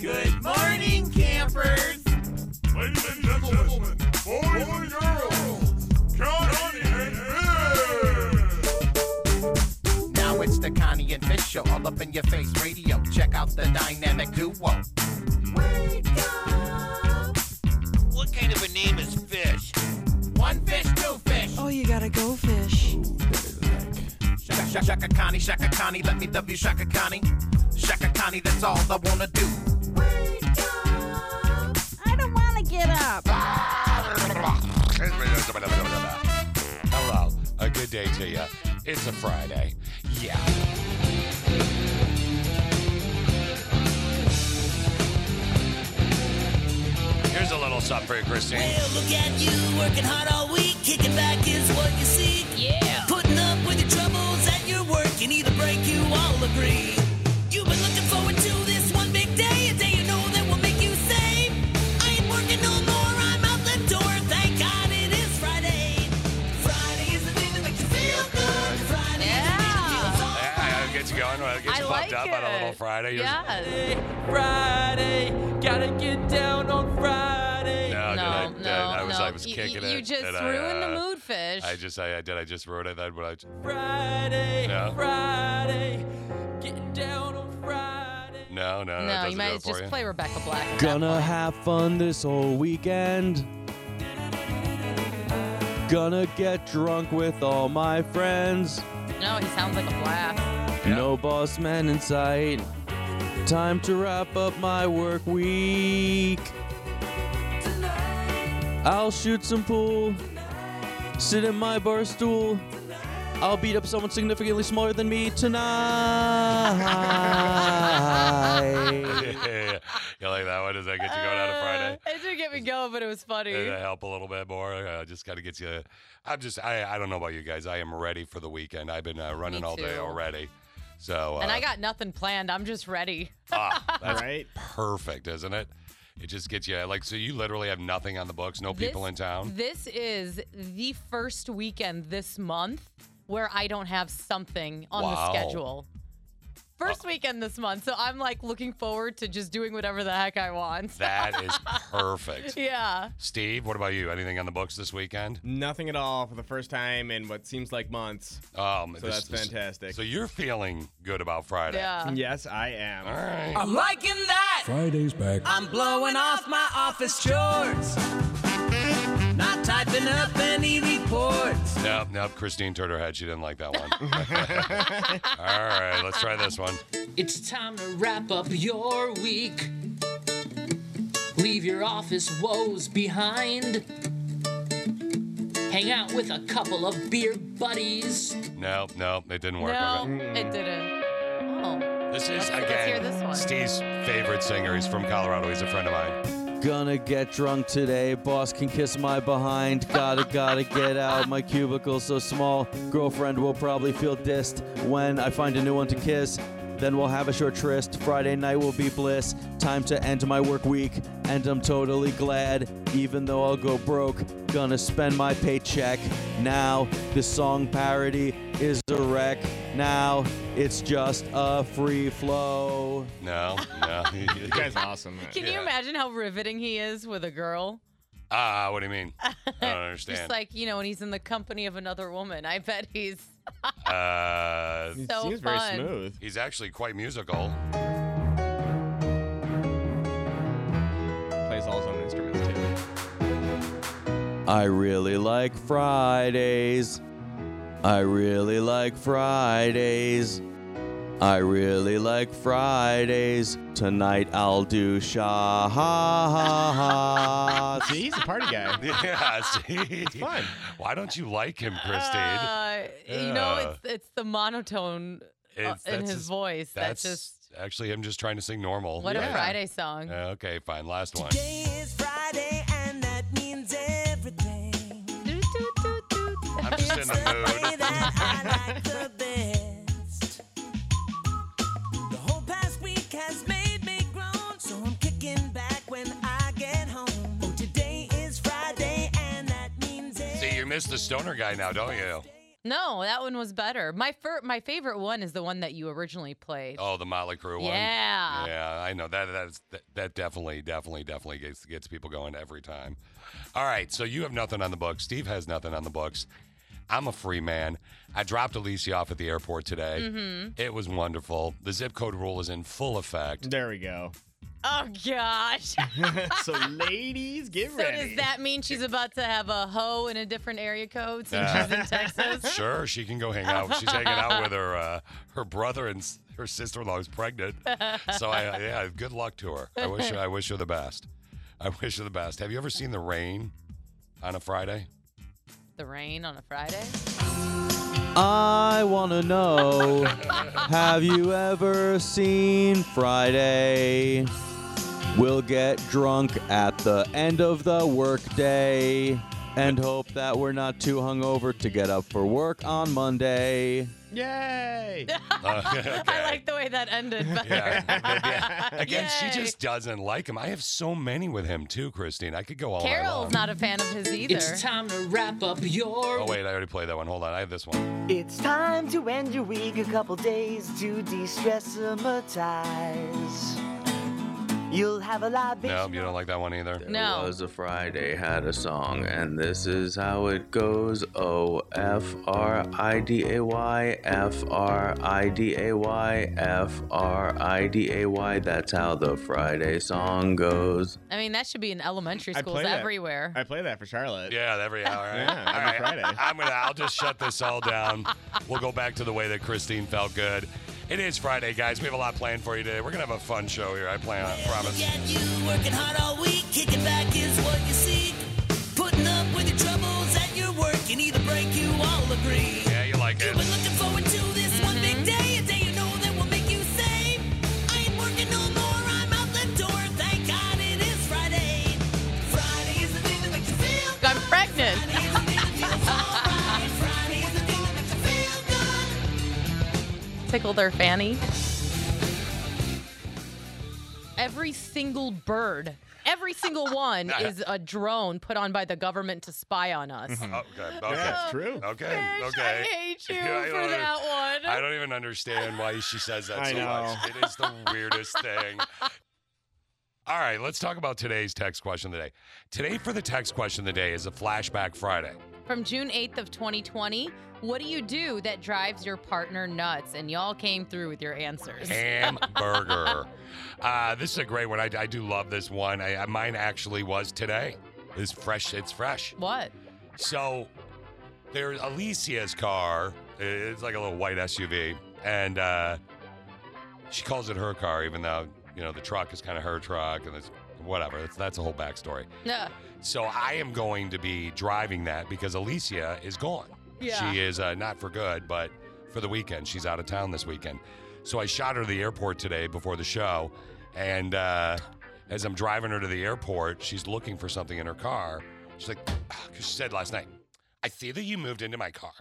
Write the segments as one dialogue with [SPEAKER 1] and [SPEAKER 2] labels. [SPEAKER 1] Good morning, campers.
[SPEAKER 2] Ladies and gentlemen, boys and girls, Johnny and Bill!
[SPEAKER 3] Now it's the Connie and Fish show, all up in your face radio. Check out the dynamic duo.
[SPEAKER 1] What kind of a name is Fish?
[SPEAKER 3] One fish, two fish.
[SPEAKER 4] Oh, you gotta go fish.
[SPEAKER 3] Shaka, shaka, shaka Connie, Shaka Connie, let me W Shaka Connie. Shaka Connie, that's all I wanna do.
[SPEAKER 5] I don't want to get up.
[SPEAKER 6] Hello. A good day to you. It's a Friday. Yeah. Here's a little something for you, Christine.
[SPEAKER 7] Well, look at you working hard all week. Kicking back is what you seek.
[SPEAKER 5] Yeah.
[SPEAKER 7] Putting up with your troubles at your work. You need a break, you all agree. You've been looking forward to this one big day, a day you know that will make you say, I ain't working no more. I'm out the door. Thank God it is Friday. Friday is the day that makes you feel good. Friday is the day that feels
[SPEAKER 6] Yeah, I'll get you going. I'll get you pumped up on a little Friday. You're-
[SPEAKER 5] Yes.
[SPEAKER 8] Friday, gotta get down on Friday.
[SPEAKER 6] No, did I,
[SPEAKER 5] No,
[SPEAKER 6] did
[SPEAKER 5] no,
[SPEAKER 6] I, I was,
[SPEAKER 5] no.
[SPEAKER 6] I was
[SPEAKER 5] You-
[SPEAKER 6] kicking
[SPEAKER 5] you,
[SPEAKER 6] it.
[SPEAKER 5] You just
[SPEAKER 6] Did
[SPEAKER 5] ruined
[SPEAKER 6] I,
[SPEAKER 5] the
[SPEAKER 6] uh,
[SPEAKER 5] mood, fish.
[SPEAKER 6] I just, I, I- did I just ruin it? Then, When I,
[SPEAKER 8] Friday,
[SPEAKER 6] No.
[SPEAKER 8] Friday, get down on Friday.
[SPEAKER 6] no, no, no. it
[SPEAKER 5] no,
[SPEAKER 6] doesn't
[SPEAKER 5] you
[SPEAKER 6] do
[SPEAKER 5] might
[SPEAKER 6] it
[SPEAKER 5] as
[SPEAKER 6] for
[SPEAKER 5] just
[SPEAKER 6] you.
[SPEAKER 5] play Rebecca Black. at that
[SPEAKER 8] Gonna
[SPEAKER 5] point.
[SPEAKER 8] have fun this whole weekend. Gonna get drunk with all my friends.
[SPEAKER 5] No, he sounds like a blast.
[SPEAKER 8] No boss man in sight. Time to wrap up my work week. I'll shoot some pool. Sit in my bar stool. I'll beat up someone significantly smaller than me tonight.
[SPEAKER 6] yeah, you like that one? Does that get you going out on a Friday?
[SPEAKER 5] Uh, It did get me going, but it was funny.
[SPEAKER 6] Did that help a little bit more? Uh, just kind of gets you. I'm just. I. I don't know about you guys. I am ready for the weekend. I've been uh, running all day
[SPEAKER 5] too.
[SPEAKER 6] already. So. Uh,
[SPEAKER 5] and I got nothing planned. I'm just ready.
[SPEAKER 6] ah, that's
[SPEAKER 1] Right?
[SPEAKER 6] perfect, isn't it? It just gets you like so. You literally have nothing on the books. No
[SPEAKER 5] This-
[SPEAKER 6] people in town.
[SPEAKER 5] This is the first weekend this month where I don't have something on the
[SPEAKER 6] Wow. Uh,
[SPEAKER 5] schedule. First weekend this month, so I'm like looking forward to just doing whatever the heck I want.
[SPEAKER 6] That is perfect.
[SPEAKER 5] yeah.
[SPEAKER 6] Steve, what about you? Anything on the books this weekend?
[SPEAKER 1] Nothing at all for the first time in what seems like months.
[SPEAKER 6] Um,
[SPEAKER 1] So that's fantastic.
[SPEAKER 6] So you're feeling good about Friday.
[SPEAKER 5] Yeah.
[SPEAKER 1] Yes, I am.
[SPEAKER 6] All right.
[SPEAKER 8] I'm liking that.
[SPEAKER 2] Friday's back.
[SPEAKER 8] I'm blowing off my office chores. Not typing up any reports.
[SPEAKER 6] Nope, nope. Christine turned her head. She didn't like that one. All right, let's try this one.
[SPEAKER 9] It's time to wrap up your week. Leave your office woes behind. Hang out with a couple of beer buddies.
[SPEAKER 6] Nope, nope. It didn't work.
[SPEAKER 5] No,
[SPEAKER 6] Okay.
[SPEAKER 5] it didn't. Oh.
[SPEAKER 6] This is
[SPEAKER 5] Let's-
[SPEAKER 6] again
[SPEAKER 5] let's hear this one.
[SPEAKER 6] Steve's favorite singer. He's from Colorado. He's a friend of mine.
[SPEAKER 8] Gonna get drunk today. Boss can kiss my behind. Gotta, gotta get out. My cubicle's so small. Girlfriend will probably feel dissed when I find a new one to kiss. Then we'll have a short tryst. Friday night will be bliss. Time to end my work week. And I'm totally glad, even though I'll go broke. Gonna spend my paycheck. Now, this song parody is a wreck. Now, it's just a free flow.
[SPEAKER 6] No, no. you
[SPEAKER 1] You guys are awesome.
[SPEAKER 5] Can you
[SPEAKER 6] Yeah.
[SPEAKER 5] imagine how riveting he is with a girl?
[SPEAKER 6] Ah, what do you mean? I don't
[SPEAKER 5] Just
[SPEAKER 6] understand.
[SPEAKER 5] like, you know, when he's in the company of another woman. I bet he's
[SPEAKER 6] uh,
[SPEAKER 1] It
[SPEAKER 5] so
[SPEAKER 1] seems
[SPEAKER 5] fun.
[SPEAKER 1] very smooth.
[SPEAKER 6] he's actually quite musical.
[SPEAKER 1] Plays all his own instruments too.
[SPEAKER 8] I really like Fridays. I really like Fridays. I really like Fridays. Tonight I'll do sha ha ha.
[SPEAKER 1] See, he's a party guy.
[SPEAKER 6] yeah, see?
[SPEAKER 1] fun.
[SPEAKER 6] Why don't you like him, Christine?
[SPEAKER 5] Uh, You know,
[SPEAKER 6] Yeah.
[SPEAKER 5] it's it's the monotone uh,
[SPEAKER 6] It's-
[SPEAKER 5] in
[SPEAKER 6] that's
[SPEAKER 5] his
[SPEAKER 6] just-
[SPEAKER 5] voice.
[SPEAKER 6] That's,
[SPEAKER 5] That's, just
[SPEAKER 6] actually him just trying to sing normal.
[SPEAKER 5] what
[SPEAKER 6] Yeah.
[SPEAKER 5] a Friday song.
[SPEAKER 6] Uh, okay, fine. Last one.
[SPEAKER 7] Today is Friday, and that means everything.
[SPEAKER 5] Doo, doo, doo, doo.
[SPEAKER 6] I'm just in the mood.
[SPEAKER 7] that I like the best. The whole past week has made me groan, so I'm kicking back when
[SPEAKER 6] miss the stoner guy now, don't you?
[SPEAKER 5] No, that one was better. My fir- my favorite one is the one that you originally played.
[SPEAKER 6] Oh, the Motley Crue one.
[SPEAKER 5] yeah.
[SPEAKER 6] Yeah, I know that that's that, that definitely definitely definitely gets gets people going every time. All right, so you have nothing on the books. Steve has nothing on the books. I'm a free man. I dropped Alicia off at the airport today. It was wonderful. The zip code rule is in full effect.
[SPEAKER 1] There we go.
[SPEAKER 5] Oh gosh.
[SPEAKER 1] so ladies, get
[SPEAKER 5] so
[SPEAKER 1] ready.
[SPEAKER 5] does that mean she's about to have a hoe in a different area code since she's in Texas?
[SPEAKER 6] Sure, she can go hang out. She's hanging out with her uh, her brother and s- her sister in law who's pregnant. So I, yeah, good luck to her. I wish I wish her the best. I wish her the best. Have you ever seen the rain on a Friday?
[SPEAKER 5] The rain on a Friday.
[SPEAKER 8] I want to know Have you ever seen Friday? We'll get drunk at the end of the workday and hope that we're not too hungover to get up for work on Monday.
[SPEAKER 1] Yay!
[SPEAKER 6] Uh,
[SPEAKER 5] I
[SPEAKER 6] okay.
[SPEAKER 5] like the way that ended better.
[SPEAKER 6] Yeah. yeah. Again,
[SPEAKER 5] Yay.
[SPEAKER 6] she just doesn't like him. I have so many with him too, Christine. I could go all night long.
[SPEAKER 5] Carol's not a fan of his either.
[SPEAKER 10] It's time to wrap up your
[SPEAKER 6] Oh wait, I already played that one. Hold on, I have this one.
[SPEAKER 11] It's time to end your week a couple days to de-stressumatize. You'll have a libation.
[SPEAKER 6] No, you don't like that one either.
[SPEAKER 5] no.
[SPEAKER 12] Was a Friday had a song, and this is how it goes. O F R I D A Y F R I D A Y F R I D A Y. That's how the Friday song goes.
[SPEAKER 5] I mean, that should be in elementary
[SPEAKER 1] I
[SPEAKER 5] schools
[SPEAKER 1] play that.
[SPEAKER 5] everywhere.
[SPEAKER 1] I play that for Charlotte.
[SPEAKER 6] Yeah, every hour. Right?
[SPEAKER 1] Yeah, every Friday.
[SPEAKER 6] I'm gonna. I'll just shut this all down. We'll go back to the way that Christine felt good. It is Friday, guys. We have a lot planned for you today. We're gonna have a fun show here. I plan. I promise.
[SPEAKER 4] Get you working hard all week, kicking back is what you seek. Putting up with your troubles at your work, you need a break, you all agree.
[SPEAKER 6] Yeah, you like
[SPEAKER 4] You've been
[SPEAKER 6] it.
[SPEAKER 4] looking forward to this one big day, a day you know that will make you say, I ain't working no more, I'm out the door, thank God it is Friday. Friday is the day that makes you feel
[SPEAKER 5] I'm pregnant.
[SPEAKER 4] Friday is the day that feels alright. Friday is the day that makes you feel good.
[SPEAKER 5] Tickle their fanny. Every single bird, every single one is a drone put on by the government to spy on us.
[SPEAKER 6] Oh, okay. Okay.
[SPEAKER 1] Mm-hmm. That's true.
[SPEAKER 6] Okay.
[SPEAKER 5] Fish,
[SPEAKER 6] Okay.
[SPEAKER 5] I hate you
[SPEAKER 6] Yeah, I
[SPEAKER 5] for
[SPEAKER 6] don't-
[SPEAKER 5] that one.
[SPEAKER 6] I don't even understand why she says that
[SPEAKER 1] I
[SPEAKER 6] so much. It is the weirdest thing. All right, let's talk about today's text question of the day. Today for the text question of the day is a flashback Friday.
[SPEAKER 5] From June 8th of 2020, what do you do that drives your partner nuts? And y'all came through with your answers.
[SPEAKER 6] Hamburger. uh, this is a great one. I, I do love this one. I, I- mine actually was today. It's fresh. It's fresh.
[SPEAKER 5] What?
[SPEAKER 6] So there's Alicia's car. It's like a little white SUV, and uh, she calls it her car, even though you know the truck is kind of her truck, and it's whatever. That's that's a whole backstory.
[SPEAKER 5] No.
[SPEAKER 6] So I am going to be driving that because Alicia is gone.
[SPEAKER 5] Yeah.
[SPEAKER 6] She is uh, not for good, but for the weekend. She's out of town this weekend. So I shot her to the airport today before the show. And uh, as I'm driving her to the airport, she's looking for something in her car. She's like, because she said last night, I see that you moved into my car.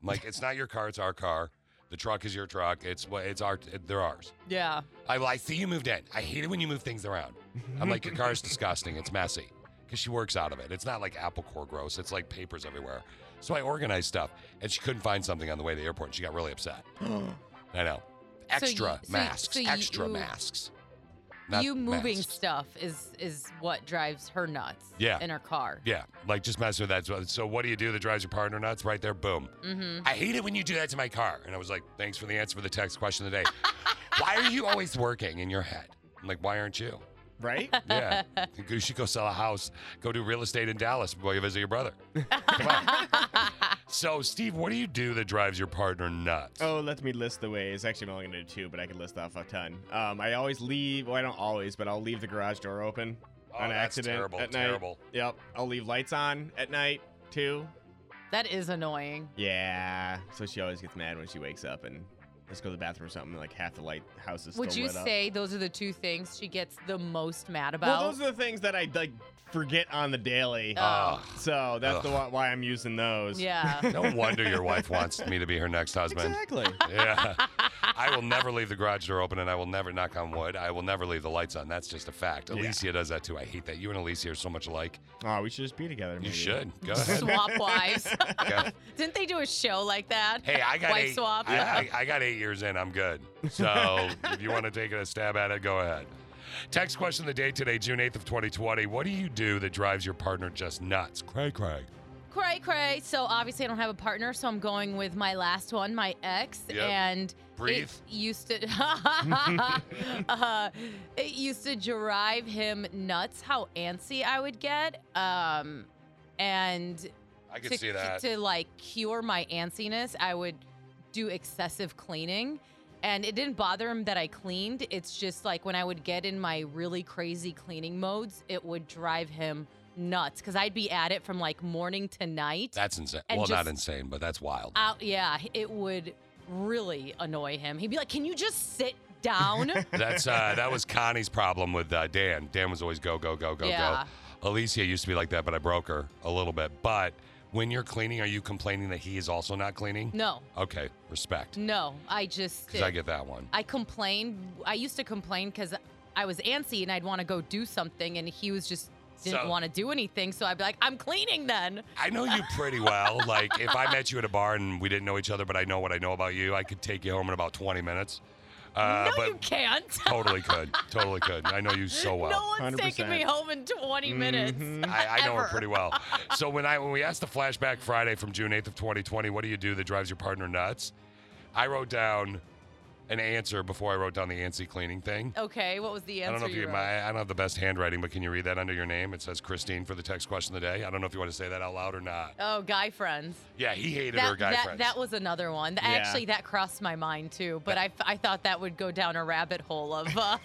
[SPEAKER 6] I'm like, it's not your car, it's our car. The truck is your truck. It's what it's our. They're ours.
[SPEAKER 5] Yeah.
[SPEAKER 6] I, well, I see you moved in. I hate it when you move things around. I'm like, your car's disgusting. It's messy. Because she works out of it. It's not like apple core gross. It's like papers everywhere. So I organized stuff, and she couldn't find something on the way to the airport. And she got really upset. I know.
[SPEAKER 5] So you-
[SPEAKER 6] Extra
[SPEAKER 5] so you-
[SPEAKER 6] masks.
[SPEAKER 5] so you-
[SPEAKER 6] extra masks. Not
[SPEAKER 5] you moving
[SPEAKER 6] masks.
[SPEAKER 5] stuff is is what drives her nuts.
[SPEAKER 6] Yeah.
[SPEAKER 5] In her car.
[SPEAKER 6] Yeah, like just mess with that. So- So what do you do that drives your partner nuts? Right there, boom.
[SPEAKER 5] Mm-hmm.
[SPEAKER 6] I hate it when you do that to my car. And I was like, thanks for the answer for the text question of the day. why are you always working in your head? I'm like, why aren't you?
[SPEAKER 1] Right?
[SPEAKER 6] Yeah. you should go sell a house, go do real estate in Dallas before you visit your brother. Come on. so, Steve, what do you do that drives your partner nuts?
[SPEAKER 1] Oh, let me list the ways. Actually, I'm only gonna do two, but I could list off a ton. Um, I always leave. Well, I don't always, but I'll leave the garage door open
[SPEAKER 6] Oh,
[SPEAKER 1] on
[SPEAKER 6] that's
[SPEAKER 1] accident
[SPEAKER 6] terrible,
[SPEAKER 1] at night.
[SPEAKER 6] terrible.
[SPEAKER 1] Yep. I'll leave lights on at night too.
[SPEAKER 5] That is annoying.
[SPEAKER 1] Yeah. So she always gets mad when she wakes up and let's go to the bathroom or something. and, Like half the light house is.
[SPEAKER 5] Would
[SPEAKER 1] still
[SPEAKER 5] you
[SPEAKER 1] lit up.
[SPEAKER 5] say those are the two things she gets the most mad about?
[SPEAKER 1] Well, those are the things that I like forget on the daily.
[SPEAKER 6] Ugh.
[SPEAKER 1] so that's the
[SPEAKER 6] Ugh.
[SPEAKER 1] wh- why I'm using those.
[SPEAKER 5] yeah.
[SPEAKER 6] no wonder your wife wants me to be her next husband.
[SPEAKER 1] Exactly.
[SPEAKER 6] Yeah. I will never leave the garage door open, and I will never knock on wood. I will never leave the lights on. That's just a fact. Alicia does that too. I hate that. You and Alicia are so much alike.
[SPEAKER 4] Oh, we should just be together.
[SPEAKER 6] You should. Go ahead.
[SPEAKER 5] Swap wives.
[SPEAKER 6] Yeah.
[SPEAKER 5] Didn't they do a show like that?
[SPEAKER 6] Hey, I got
[SPEAKER 5] wife
[SPEAKER 6] eight.
[SPEAKER 5] swap.
[SPEAKER 6] I, I, I got eight years in. I'm good. So if you want to take a stab at it, go ahead. Text question of the day today, June 8th of 2020. What do you do that drives your partner just nuts? Craig, Craig.
[SPEAKER 5] Cray, cray. So obviously, I don't have a partner, so I'm going with my last one, my ex,
[SPEAKER 6] Yep.
[SPEAKER 5] and
[SPEAKER 6] Breathe.
[SPEAKER 5] it used to. uh, it used to drive him nuts how antsy I would get, um, and
[SPEAKER 6] I could
[SPEAKER 5] to,
[SPEAKER 6] see that.
[SPEAKER 5] to like cure my antsiness, I would do excessive cleaning. And it didn't bother him that I cleaned. It's just like when I would get in my really crazy cleaning modes, it would drive him nuts because I'd be at it from like morning to night.
[SPEAKER 6] That's insane.
[SPEAKER 5] And
[SPEAKER 6] well, not
[SPEAKER 5] just-
[SPEAKER 6] insane, but that's wild.
[SPEAKER 5] Out, yeah, it would really annoy him. He'd be like, "Can you just sit down?"
[SPEAKER 6] That's uh, that was Connie's problem with uh, Dan. Dan was always go go go go
[SPEAKER 5] Yeah.
[SPEAKER 6] go. Alicia used to be like that, but I broke her a little bit. But when you're cleaning, are you complaining that he is also not cleaning?
[SPEAKER 5] no,
[SPEAKER 6] Okay, respect.
[SPEAKER 5] no, I just
[SPEAKER 6] Because I get that one.
[SPEAKER 5] I complained. I used to complain because I was antsy and I'd want to go do something, and he was just didn't
[SPEAKER 6] So-
[SPEAKER 5] want to do anything. So I'd be like, "I'm cleaning then."
[SPEAKER 6] I know you pretty well. like if I met you at a bar and we didn't know each other, but I know what I know about you, I could take you home in about 20 minutes. Uh,
[SPEAKER 5] no,
[SPEAKER 6] but
[SPEAKER 5] you can't.
[SPEAKER 6] totally could, totally could. I know you so well. Mm-hmm.
[SPEAKER 5] no one's taking me home in 20 minutes.
[SPEAKER 1] Mm-hmm.
[SPEAKER 6] I, I know her
[SPEAKER 5] Ever.
[SPEAKER 6] pretty well. So when I when we asked the flashback Friday from June eighth of twenty twenty, what do you do that drives your partner nuts? I wrote down an answer before I wrote down the antsy cleaning thing.
[SPEAKER 5] Okay, what was the answer?
[SPEAKER 6] I don't know if you,
[SPEAKER 5] wrote?
[SPEAKER 6] my, I don't have the best handwriting, but can you read that under your name? It says Christine for the text question of the day. I don't know if you want to say that out loud or not.
[SPEAKER 5] Oh, guy friends.
[SPEAKER 6] Yeah, he hated
[SPEAKER 5] that,
[SPEAKER 6] her guy
[SPEAKER 5] that,
[SPEAKER 6] friends.
[SPEAKER 5] that was another one. Th-
[SPEAKER 6] Yeah.
[SPEAKER 5] Actually, that crossed my mind too, but I, I thought that would go down a rabbit hole of. Uh,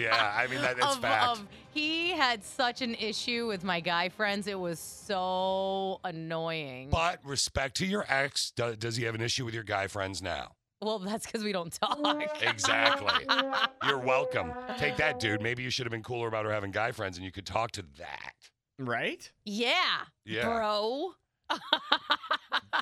[SPEAKER 6] yeah, I mean that, that's
[SPEAKER 5] of,
[SPEAKER 6] fact.
[SPEAKER 5] of- he had such an issue with my guy friends. It was so annoying.
[SPEAKER 6] but respect to your ex. Do, does he have an issue with your guy friends now?
[SPEAKER 5] Well, that's because we don't talk.
[SPEAKER 6] Exactly. You're welcome. Take that, dude. Maybe you should have been cooler about her having guy friends, and you could talk to that.
[SPEAKER 4] Right?
[SPEAKER 5] Yeah.
[SPEAKER 6] Yeah.
[SPEAKER 5] Bro.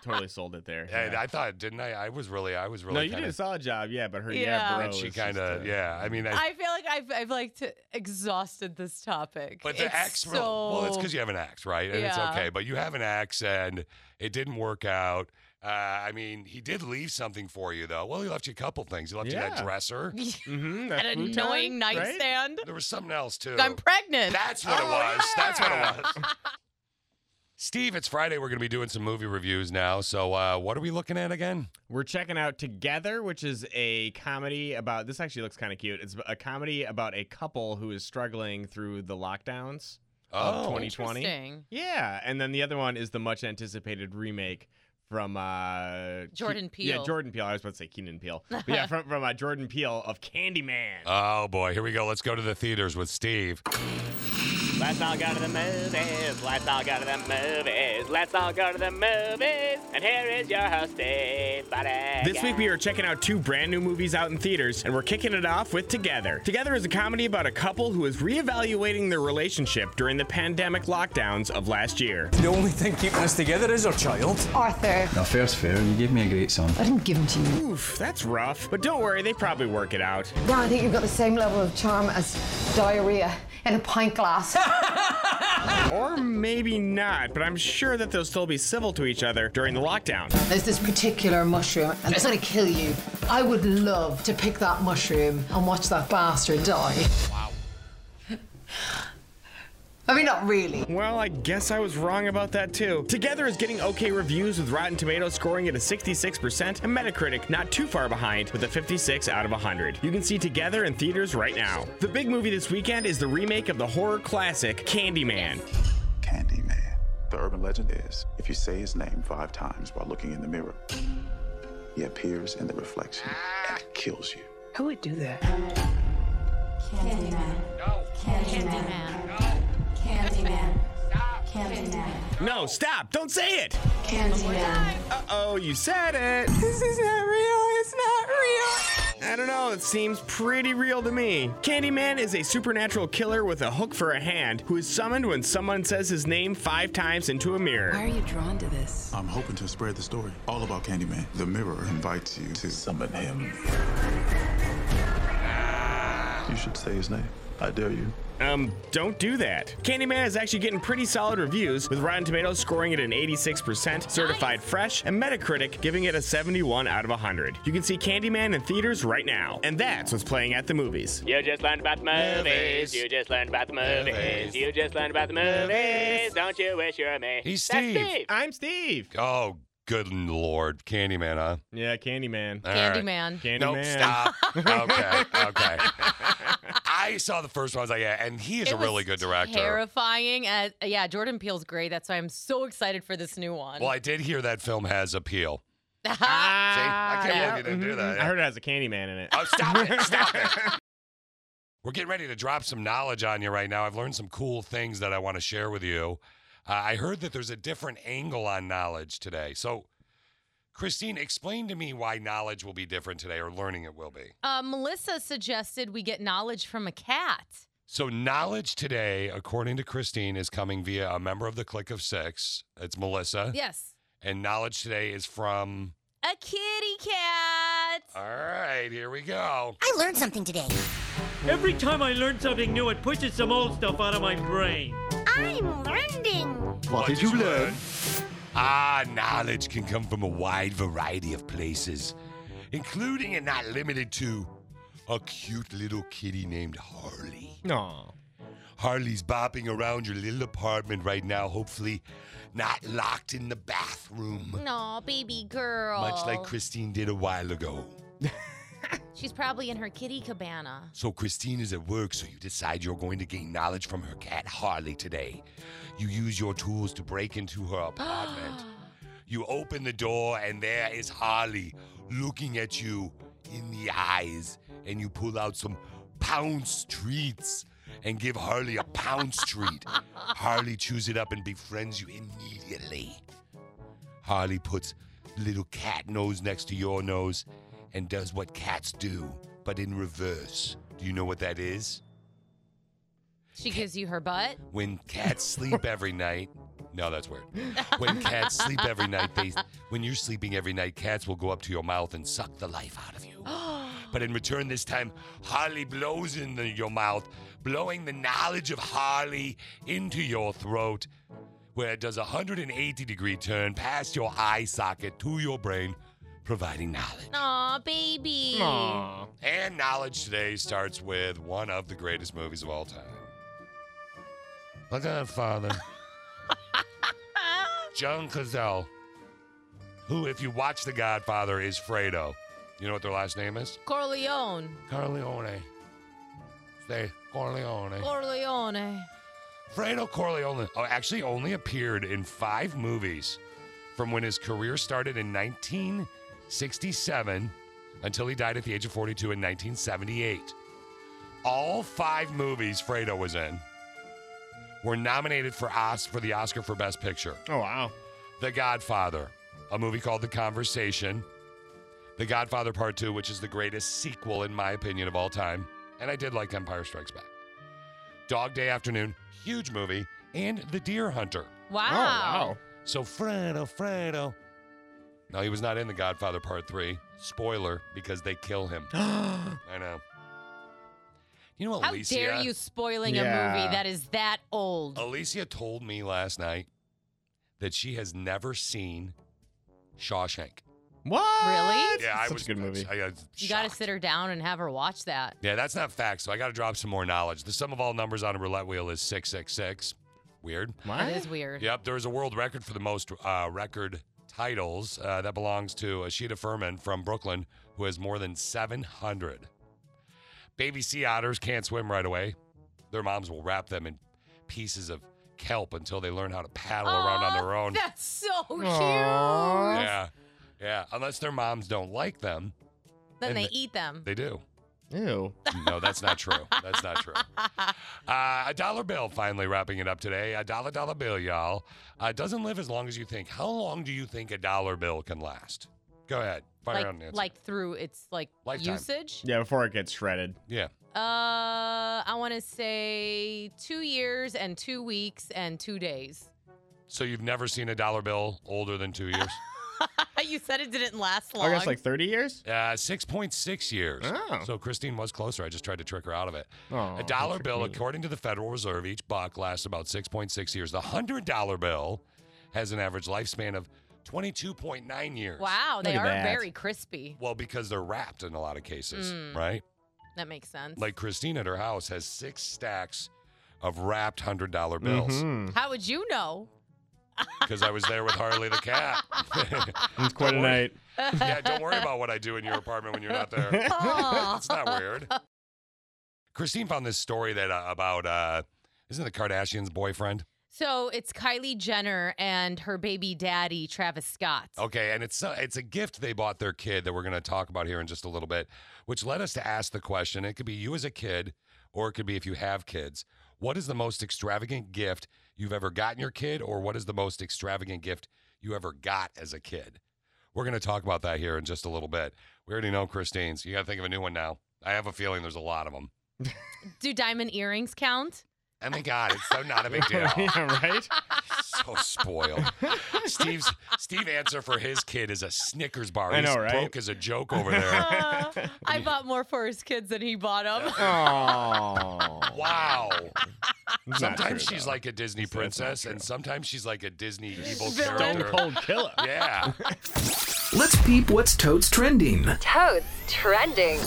[SPEAKER 4] totally sold it there.
[SPEAKER 6] And I thought, didn't I? I was really, I was really.
[SPEAKER 4] no, you
[SPEAKER 6] kinda,
[SPEAKER 4] did a solid job. Yeah, but her yeah,
[SPEAKER 5] Yeah.
[SPEAKER 4] bro.
[SPEAKER 6] And she
[SPEAKER 4] is just,
[SPEAKER 6] kind
[SPEAKER 4] uh,
[SPEAKER 6] of, yeah. I mean, I,
[SPEAKER 5] I feel like I've, I've like to, exhausted this topic.
[SPEAKER 6] but the
[SPEAKER 5] It's
[SPEAKER 6] ex, really- well, it's because
[SPEAKER 5] so-
[SPEAKER 6] you have an ex, right? And it's
[SPEAKER 5] Yeah.
[SPEAKER 6] okay. But you have an ex, and it didn't work out. Uh, I mean, he did leave something for you, though. Well, he left you a couple things. He left you that
[SPEAKER 4] Yeah.
[SPEAKER 6] dresser.
[SPEAKER 1] Mm-hmm,
[SPEAKER 4] Mhm, that
[SPEAKER 5] An
[SPEAKER 4] futon,
[SPEAKER 5] annoying
[SPEAKER 4] right?
[SPEAKER 5] nightstand.
[SPEAKER 6] There was something else too.
[SPEAKER 5] I'm pregnant.
[SPEAKER 6] That's what it
[SPEAKER 5] Oh,
[SPEAKER 6] was. That's what
[SPEAKER 5] yeah.
[SPEAKER 6] it was. Steve, it's Friday. We're going to be doing some movie reviews now. So, uh, what are we looking at again?
[SPEAKER 4] We're checking out Together, which is a comedy about. This actually looks kind of cute. It's a comedy about a couple who is struggling through the lockdowns
[SPEAKER 6] Oh.
[SPEAKER 4] of 2020.
[SPEAKER 5] Interesting.
[SPEAKER 4] Yeah, and then the other one is the much anticipated remake from uh, Ke-
[SPEAKER 5] Jordan
[SPEAKER 4] Yeah,
[SPEAKER 5] Peele.
[SPEAKER 4] Jordan Peele. I was about to say Keenan Peele. But yeah, from from uh, Jordan Peele of Candyman.
[SPEAKER 6] Oh boy, here we go. Let's go to the theaters with Steve.
[SPEAKER 13] Let's all go to the movies. Let's all go to the movies. Let's all go to the movies. And here is your host, Steve Buddy.
[SPEAKER 4] This week we are checking out two brand new movies out in theaters, and we're kicking it off with Together. Together is a comedy about a couple who is reevaluating their relationship during the pandemic lockdowns of last year.
[SPEAKER 14] The only thing keeping us together is our child.
[SPEAKER 15] Arthur.
[SPEAKER 14] Now, fair's fair. You gave me a great son.
[SPEAKER 15] I didn't give him to you.
[SPEAKER 4] Oof, that's rough. But don't worry, they probably work it out.
[SPEAKER 15] Now I think you've got the same level of charm as diarrhea in a pint glass.
[SPEAKER 4] Or maybe not, but I'm sure that they'll still be civil to each other during the lockdown.
[SPEAKER 15] There's this particular mushroom, and it's gonna kill you. I would love to pick that mushroom and watch that bastard die. Wow. I mean, not really.
[SPEAKER 4] Well, I guess I was wrong about that too. Together is getting okay reviews with Rotten Tomatoes scoring at a 66% and Metacritic not too far behind with a 56 out of 100. You can see Together in theaters right now. The big movie this weekend is the remake of the horror classic Candyman.
[SPEAKER 16] The urban legend is if you say his name five times while looking in the mirror, he appears in the reflection and kills you.
[SPEAKER 15] Who would do that?
[SPEAKER 17] Candyman. No. Candyman. No. Candyman. Stop. Candyman.
[SPEAKER 4] No, stop! Don't say it!
[SPEAKER 17] Candyman.
[SPEAKER 4] Uh oh, you said it!
[SPEAKER 17] This is not real. It's not real.
[SPEAKER 4] I I don't know, it seems pretty real to me. Candyman is a supernatural killer with a hook for a hand who is summoned when someone says his name five times into a mirror.
[SPEAKER 18] Why are you drawn to this?
[SPEAKER 16] I'm hoping to spread the story all about Candyman. The mirror invites you to summon him. You should say his name. I dare you.
[SPEAKER 4] Um, don't do that. Candyman is actually getting pretty solid reviews, with Rotten Tomatoes scoring it an 86%, certified fresh, and Metacritic giving it a 71 out of 100. You can see Candyman in theaters right now, and that's what's playing at the movies.
[SPEAKER 13] You just learned about the movies.
[SPEAKER 4] Movies.
[SPEAKER 13] You just learned about the movies.
[SPEAKER 6] Movies.
[SPEAKER 13] You just learned about the movies. Don't you wish you were me?
[SPEAKER 6] He's
[SPEAKER 13] That's
[SPEAKER 6] Steve.
[SPEAKER 4] I'm Steve.
[SPEAKER 6] Oh, good lord, Candyman, huh?
[SPEAKER 4] Yeah, Candyman.
[SPEAKER 6] All right.
[SPEAKER 5] Candyman.
[SPEAKER 6] Nope,
[SPEAKER 4] Candyman.
[SPEAKER 6] stop. okay, okay. I saw the first one. I was like, yeah, and he is
[SPEAKER 5] It
[SPEAKER 6] a really
[SPEAKER 5] was
[SPEAKER 6] good director.
[SPEAKER 5] Terrifying. As, yeah, Jordan Peele's great. That's why I'm so excited for this new one.
[SPEAKER 6] Well, I did hear that film has appeal.
[SPEAKER 4] Ah,
[SPEAKER 6] See, I can't believe you didn't do that.
[SPEAKER 4] I heard it has a Candyman in it.
[SPEAKER 6] Oh, stop it. Stop it. We're getting ready to drop some knowledge on you right now. I've learned some cool things that I want to share with you. Uh, I heard that there's a different angle on knowledge today. So, Christine, explain to me why knowledge will be different today or learning it will be.
[SPEAKER 5] Uh, Melissa suggested we get knowledge from a cat.
[SPEAKER 6] So, knowledge today, according to Christine, is coming via a member of the Click of Six. It's Melissa.
[SPEAKER 5] Yes.
[SPEAKER 6] And knowledge today is from.
[SPEAKER 5] A kitty cat.
[SPEAKER 6] All right, here we go.
[SPEAKER 19] I learned something today.
[SPEAKER 20] Every time I learn something new, it pushes some old stuff out of my brain.
[SPEAKER 19] I'm learning.
[SPEAKER 6] What, did you learn? Ah, knowledge can come from a wide variety of places, including and not limited to a cute little kitty named Harley.
[SPEAKER 4] No.
[SPEAKER 6] Harley's bopping around your little apartment right now, hopefully not locked in the bathroom,
[SPEAKER 5] No, baby girl.
[SPEAKER 6] much like Christine did a while ago.
[SPEAKER 5] She's probably in her kitty cabana.
[SPEAKER 6] So Christine is at work, so you decide you're going to gain knowledge from her cat Harley today. You use your tools to break into her apartment. you open the door, and there is Harley looking at you in the eyes, and you pull out some pounce treats and give Harley a pounce treat. Harley chews it up and befriends you immediately. Harley puts little cat nose next to your nose and does what cats do, but in reverse. Do you know what that is?
[SPEAKER 5] She gives you her butt.
[SPEAKER 6] When cats sleep every night. No, that's weird. When cats sleep every night, they when you're sleeping every night, cats will go up to your mouth and suck the life out of you. But in return this time, Harley blows into your mouth, blowing the knowledge of Harley into your throat, where it does a 180 degree turn past your eye socket to your brain, providing knowledge.
[SPEAKER 5] Aw, baby.
[SPEAKER 6] And knowledge today starts with one of the greatest movies of all time. My Godfather. Joan Cazell, who, if you watch The Godfather, is Fredo. You know what their last name is?
[SPEAKER 5] Corleone.
[SPEAKER 6] Corleone. Say Corleone.
[SPEAKER 5] Corleone.
[SPEAKER 6] Fredo Corleone oh, actually only appeared in five movies from when his career started in 1967 until he died at the age of 42 in 1978. All five movies Fredo was in were nominated for Os- for the Oscar for Best Picture.
[SPEAKER 4] Oh, wow.
[SPEAKER 6] The Godfather, a movie called The Conversation, The Godfather Part 2, which is the greatest sequel, in my opinion, of all time. And I did like Empire Strikes Back. Dog Day Afternoon, huge movie, and The Deer Hunter.
[SPEAKER 5] Wow. Oh, wow.
[SPEAKER 6] So Fredo, Fredo. No, he was not in The Godfather Part 3. Spoiler, because they kill him. I know. You know what,
[SPEAKER 5] How
[SPEAKER 6] Alicia?
[SPEAKER 5] dare you spoiling a
[SPEAKER 6] Yeah. Oh,
[SPEAKER 5] movie that is that old?
[SPEAKER 6] Alicia told me last night that she has never seen Shawshank.
[SPEAKER 4] What?
[SPEAKER 5] Really?
[SPEAKER 6] Yeah, I
[SPEAKER 4] Such a
[SPEAKER 6] was
[SPEAKER 4] good movie.
[SPEAKER 6] I, I-
[SPEAKER 5] You got to sit her down and have her watch that.
[SPEAKER 6] yeah, that's not fact. So I got to drop some more knowledge. The sum of all numbers on a roulette wheel is six six six. Weird.
[SPEAKER 5] That is weird.
[SPEAKER 6] Yep, there is a world record for the most uh, record titles uh, that belongs to Ashita Furman from Brooklyn, who has more than 700. Baby sea otters can't swim right away. Their moms will wrap them in pieces of kelp until they learn how to paddle around on their own.
[SPEAKER 5] That's so cute.
[SPEAKER 6] Yeah, yeah. Unless their moms don't like them,
[SPEAKER 5] Then
[SPEAKER 6] And
[SPEAKER 5] they
[SPEAKER 6] the-
[SPEAKER 5] eat them.
[SPEAKER 6] they do.
[SPEAKER 4] Ew.
[SPEAKER 6] No, that's not true. That's not true. Uh, a dollar bill finally wrapping it up today. A dollar dollar bill, y'all. Uh, doesn't live as long as you think. How long do you think a dollar bill can last? Go ahead. Fire
[SPEAKER 5] like,
[SPEAKER 6] on Nancy.
[SPEAKER 5] like through its like
[SPEAKER 6] Lifetime.
[SPEAKER 5] usage.
[SPEAKER 4] Yeah, before it gets shredded.
[SPEAKER 6] Yeah.
[SPEAKER 5] Uh, I want to say two years and two weeks and two days.
[SPEAKER 6] So you've never seen a dollar bill older than two years?
[SPEAKER 5] you said it didn't last
[SPEAKER 4] Oh,
[SPEAKER 5] long.
[SPEAKER 4] 30 years?
[SPEAKER 6] Uh, 6.6 years.
[SPEAKER 4] Oh.
[SPEAKER 6] So Christine was closer. I just tried to trick her out of it.
[SPEAKER 4] Oh,
[SPEAKER 6] a dollar
[SPEAKER 4] trick
[SPEAKER 6] bill,
[SPEAKER 4] me.
[SPEAKER 6] according to the Federal Reserve, each buck lasts about 6.6 years. The $100 bill has an average lifespan of 22.9 years.
[SPEAKER 5] Wow, they
[SPEAKER 6] Look at
[SPEAKER 5] are
[SPEAKER 6] that.
[SPEAKER 5] very crispy.
[SPEAKER 6] Well, because they're wrapped in a lot of cases,
[SPEAKER 5] Mm.
[SPEAKER 6] right?
[SPEAKER 5] That makes sense.
[SPEAKER 6] Like Christine at her house has six stacks of wrapped $100 bills
[SPEAKER 1] Mm-hmm.
[SPEAKER 4] Mm-hmm.
[SPEAKER 5] How would you know?
[SPEAKER 6] because I was there with Harley the cat.
[SPEAKER 4] It's quite a night.
[SPEAKER 6] yeah, don't worry about what I do in your apartment when you're not there.
[SPEAKER 5] Aw.
[SPEAKER 6] it's not weird. Christine found this story that uh, about uh, isn't the Kardashians' boyfriend?
[SPEAKER 5] So it's Kylie Jenner and her baby daddy Travis Scott.
[SPEAKER 6] Okay, and it's uh, it's a gift they bought their kid that we're going to talk about here in just a little bit, which led us to ask the question. It could be you as a kid, or it could be if you have kids. What is the most extravagant gift you've ever gotten your kid, or what is the most extravagant gift you ever got as a kid? We're going to talk about that here in just a little bit. We already know Christine's. You got to think of a new one now. I have a feeling there's a lot of them.
[SPEAKER 5] Do diamond earrings count?
[SPEAKER 6] Oh my God, it's so not a big deal.
[SPEAKER 4] yeah, right?
[SPEAKER 6] so spoiled. Steve's Steve answer for his kid is a Snickers bar.
[SPEAKER 4] I know,
[SPEAKER 6] He's
[SPEAKER 4] right?
[SPEAKER 6] broke as a joke over there.
[SPEAKER 5] I bought more for his kids than he bought them.
[SPEAKER 4] Oh.
[SPEAKER 6] wow.
[SPEAKER 4] It's not
[SPEAKER 6] Sometimes
[SPEAKER 4] true,
[SPEAKER 6] she's
[SPEAKER 4] though.
[SPEAKER 6] like a Disney princess, and sometimes she's like a Disney evil
[SPEAKER 4] Villain.
[SPEAKER 6] character.
[SPEAKER 4] Stone cold killer.
[SPEAKER 6] Yeah.
[SPEAKER 18] Let's peep what's Toad's trending.
[SPEAKER 21] Toads trending.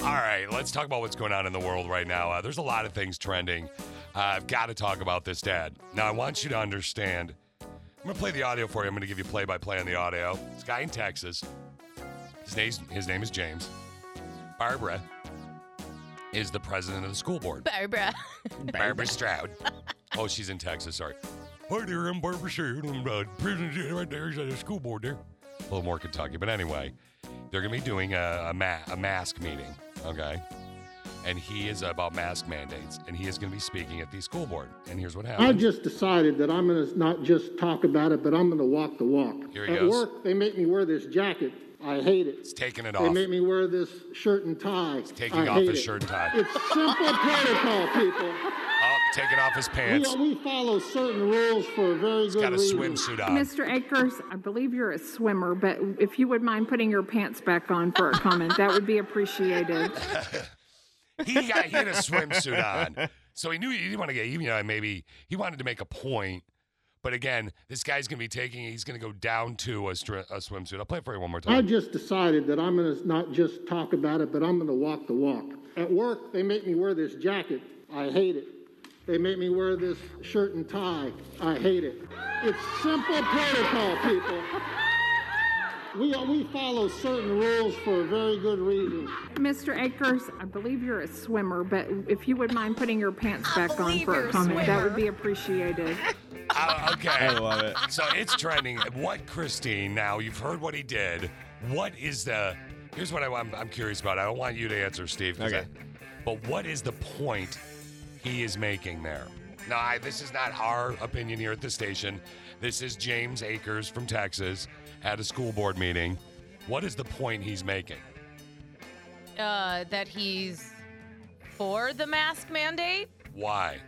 [SPEAKER 6] All right, let's talk about what's going on in the world right now. Uh, there's a lot of things trending. Uh, I've got to talk about this, Dad. Now, I want you to understand. I'm going to play the audio for you. I'm going to give you play by play on the audio. This guy in Texas, his name, his name is James. Barbara is the president of the school board.
[SPEAKER 5] Barbara.
[SPEAKER 6] Barbara Stroud. Oh, she's in Texas. Sorry. Hi there, I'm Barbara Stroud. I'm uh, president right there. There's a school board there. A little more Kentucky, but anyway, they're gonna be doing a a, ma- a mask meeting. Okay. And he is about mask mandates, and he is going to be speaking at the school board. And here's what happened.
[SPEAKER 11] I just decided that I'm going to not just talk about it, but I'm going to walk the walk.
[SPEAKER 6] Here he
[SPEAKER 11] At
[SPEAKER 6] goes.
[SPEAKER 11] work, they make me wear this jacket. I hate it. He's
[SPEAKER 6] taking it
[SPEAKER 11] They
[SPEAKER 6] off.
[SPEAKER 11] make me wear this shirt and tie. He's
[SPEAKER 6] taking off his shirt and tie.
[SPEAKER 11] It's simple protocol, people.
[SPEAKER 6] Oh, taking off his pants.
[SPEAKER 11] We, we follow certain rules for a very
[SPEAKER 6] He's
[SPEAKER 11] good
[SPEAKER 6] got a
[SPEAKER 11] reason.
[SPEAKER 6] swimsuit on.
[SPEAKER 22] Mr. Akers, I believe you're a swimmer, but if you would mind putting your pants back on for a comment, that would be appreciated.
[SPEAKER 6] he got he had a swimsuit on, so he knew he didn't want to get you know maybe he wanted to make a point, but again, this guy's gonna be taking he's gonna go down to a, stri- a swimsuit. I'll play it for you one more time.
[SPEAKER 11] I just decided that I'm going to not just talk about it, but I'm going to walk the walk. At work, they make me wear this jacket. I hate it. They make me wear this shirt and tie. I hate it. It's simple protocol, people. We, we follow certain rules for a very good reason.
[SPEAKER 22] Mr. Akers, I believe you're a swimmer, but if you would mind putting your pants back on believe for you're a a comment, that swimmer. would be appreciated.
[SPEAKER 6] Uh, okay,
[SPEAKER 22] I
[SPEAKER 4] love it.
[SPEAKER 6] So it's trending. What Christine? Now you've heard what he did. What is the? Here's what I, am I'm curious about. I don't want you to answer, Steve. 'cause
[SPEAKER 4] Okay.
[SPEAKER 6] I- but what is the point he is making there? Now, I, this is not our opinion here at the station. This is James Akers from Texas at a school board meeting. What is the point he's making?
[SPEAKER 5] Uh, that he's for the mask mandate
[SPEAKER 6] Why?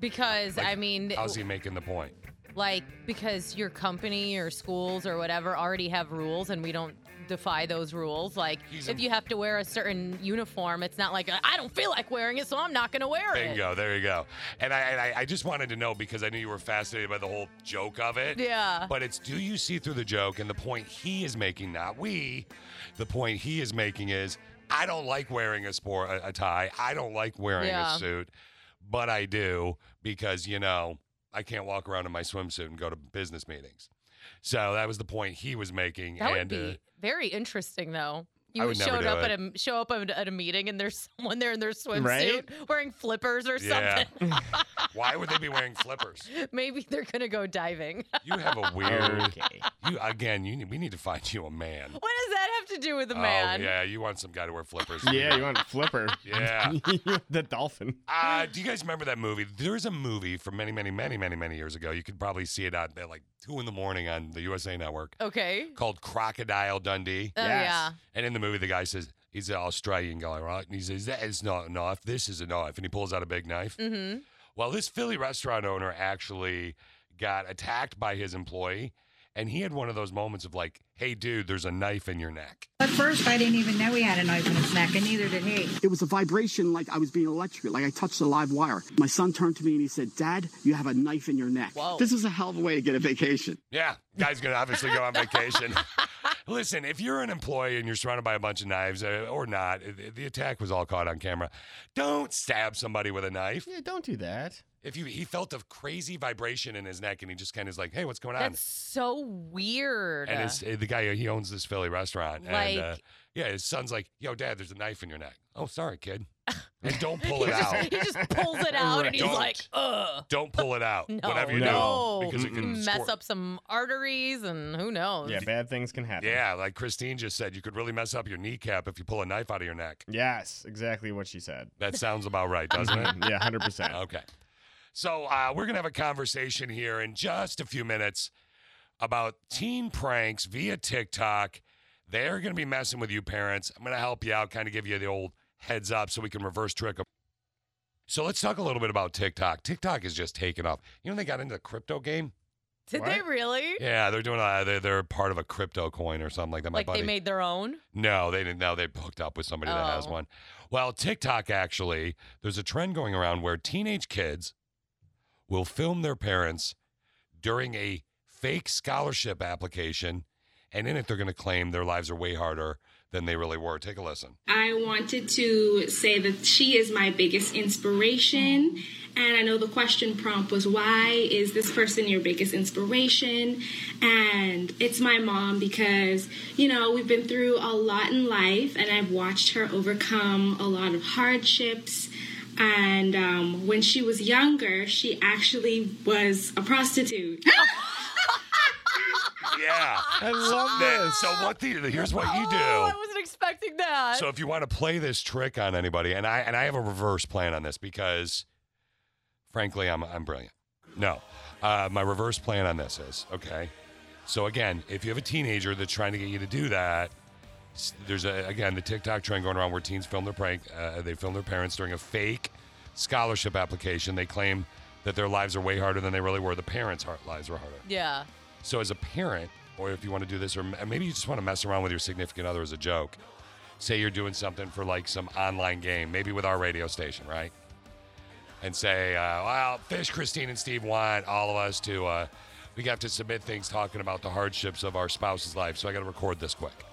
[SPEAKER 5] because I mean,
[SPEAKER 6] How's he making the point?
[SPEAKER 5] like because your company or schools or whatever already have rules and we don't defy those rules. Like if you have to wear a certain uniform, it's not like I don't feel like wearing it, so I'm not going to wear it.
[SPEAKER 6] Bingo. There you go. And I, and I I just wanted to know because I knew you were fascinated by the whole joke of it.
[SPEAKER 5] Yeah.
[SPEAKER 6] But it's do you see through the joke and the point he is making, not we. The point he is making is I don't like wearing a sport a, a tie. I don't like wearing
[SPEAKER 23] Yeah.
[SPEAKER 6] a suit, but I do because you know I can't walk around in my swimsuit and go to business meetings. So that was the point he was making.
[SPEAKER 5] That would
[SPEAKER 6] and uh,
[SPEAKER 5] be very interesting, though. You
[SPEAKER 6] I would never
[SPEAKER 5] showed
[SPEAKER 6] do
[SPEAKER 5] up
[SPEAKER 6] it.
[SPEAKER 5] at a show up at a meeting and there's someone there in their swimsuit
[SPEAKER 6] Right?
[SPEAKER 5] wearing flippers or
[SPEAKER 6] Yeah.
[SPEAKER 5] something.
[SPEAKER 6] Why would they be wearing flippers?
[SPEAKER 5] Maybe they're gonna go diving.
[SPEAKER 6] You have a weird. You again. You need, we need to find you a man.
[SPEAKER 5] What does that have to do with a man?
[SPEAKER 6] Oh yeah, you want some guy to wear flippers.
[SPEAKER 4] Yeah, you want a flipper.
[SPEAKER 6] Yeah.
[SPEAKER 4] the dolphin.
[SPEAKER 6] Uh, do you guys remember that movie? There was a movie from many, many, many, many, many years ago. You could probably see it out at like two in the morning on the USA Network.
[SPEAKER 5] Okay.
[SPEAKER 6] Called Crocodile Dundee.
[SPEAKER 5] Oh, Yes. yeah.
[SPEAKER 6] And in the movie, the guy says he's an Australian guy, right? And he says that is not a knife. This is a knife, and he pulls out a big knife.
[SPEAKER 5] Mm-hmm.
[SPEAKER 6] Well, this Philly restaurant owner actually got attacked by his employee, and he had one of those moments of like, "Hey, dude, there's a knife in your neck."
[SPEAKER 2] At first, I didn't even know he had a knife in his neck, and neither did he.
[SPEAKER 3] It was a vibration like I was being electrocuted, like I touched a live wire. My son turned to me and he said, Dad, you have a knife in your neck. This is a hell of a way to get a vacation.
[SPEAKER 6] Yeah, guy's gonna obviously go on vacation. Listen, if you're an employee and you're surrounded by a bunch of knives, uh, or not, uh, the attack was all caught on camera. Don't stab somebody with a knife.
[SPEAKER 4] Yeah, don't do that.
[SPEAKER 6] If you, he felt a crazy vibration in his neck, and he just kind of is like, "Hey, what's going on?"
[SPEAKER 5] That's so weird.
[SPEAKER 6] and his, uh, the guy he owns this Philly restaurant, and uh,
[SPEAKER 5] Like-
[SPEAKER 6] yeah, his son's like, "Yo, dad, there's a knife in your neck." Oh, sorry, kid. And don't pull
[SPEAKER 5] he
[SPEAKER 6] it
[SPEAKER 5] just,
[SPEAKER 6] out.
[SPEAKER 5] He just pulls it out and he's
[SPEAKER 6] Don't.
[SPEAKER 5] like, ugh.
[SPEAKER 6] Don't pull it out.
[SPEAKER 5] No.
[SPEAKER 6] Whatever you
[SPEAKER 5] no. Mm-hmm.
[SPEAKER 6] do, because it can
[SPEAKER 5] mess
[SPEAKER 6] squirt.
[SPEAKER 5] up some arteries and who knows.
[SPEAKER 4] bad things can happen.
[SPEAKER 6] Yeah, like Christine just said, you could really mess up your kneecap if you pull a knife out of your neck.
[SPEAKER 4] Yes, exactly what she said.
[SPEAKER 6] That sounds about right, doesn't it?
[SPEAKER 4] yeah, hundred percent.
[SPEAKER 6] Okay. So uh, we're gonna have a conversation here in just a few minutes about teen pranks via TikTok. They're gonna be messing with you, parents. I'm gonna help you out, kind of give you the old heads up so we can reverse trick them. So let's talk a little bit about TikTok. TikTok is just taking off. You know they got into the crypto game.
[SPEAKER 5] Did they really?
[SPEAKER 6] Yeah, they're doing. A, they're, they're part of a crypto coin or something like that. My
[SPEAKER 5] like
[SPEAKER 6] buddy.
[SPEAKER 5] they made their own?
[SPEAKER 6] No, they didn't. No, they hooked up with somebody that has
[SPEAKER 5] Oh.
[SPEAKER 6] one. Well, TikTok actually, there's a trend going around where teenage kids will film their parents during a fake scholarship application, and in it, they're going to claim their lives are way harder than they really were. Take a listen.
[SPEAKER 23] I wanted to say that she is my biggest inspiration. And I know the question prompt was, Why is this person your biggest inspiration? And it's my mom because, you know, we've been through a lot in life and I've watched her overcome a lot of hardships. And um, when she was younger, she actually was a prostitute.
[SPEAKER 6] Yeah, I love this. So what the here's what you do.
[SPEAKER 5] Oh, I wasn't expecting that.
[SPEAKER 6] So if you want to play this trick on anybody, and I and I have a reverse plan on this because, frankly, I'm I'm brilliant. No, uh, my reverse plan on this is okay. So again, if you have a teenager that's trying to get you to do that, s- there's a again the TikTok trend going around where teens film their prank, uh, they film their parents during a fake scholarship application. They claim that their lives are way harder than they really were. The parents' heart lives were harder.
[SPEAKER 5] yeah.
[SPEAKER 6] So as a parent, or if you want to do this, or m- maybe you just want to mess around with your significant other as a joke. Say you're doing something for like some online game, maybe with our radio station, right? And say, uh, well, Fish, Christine, and Steve want all of us to, uh, we have to submit things talking about the hardships of our spouse's life. So I got to record this quick.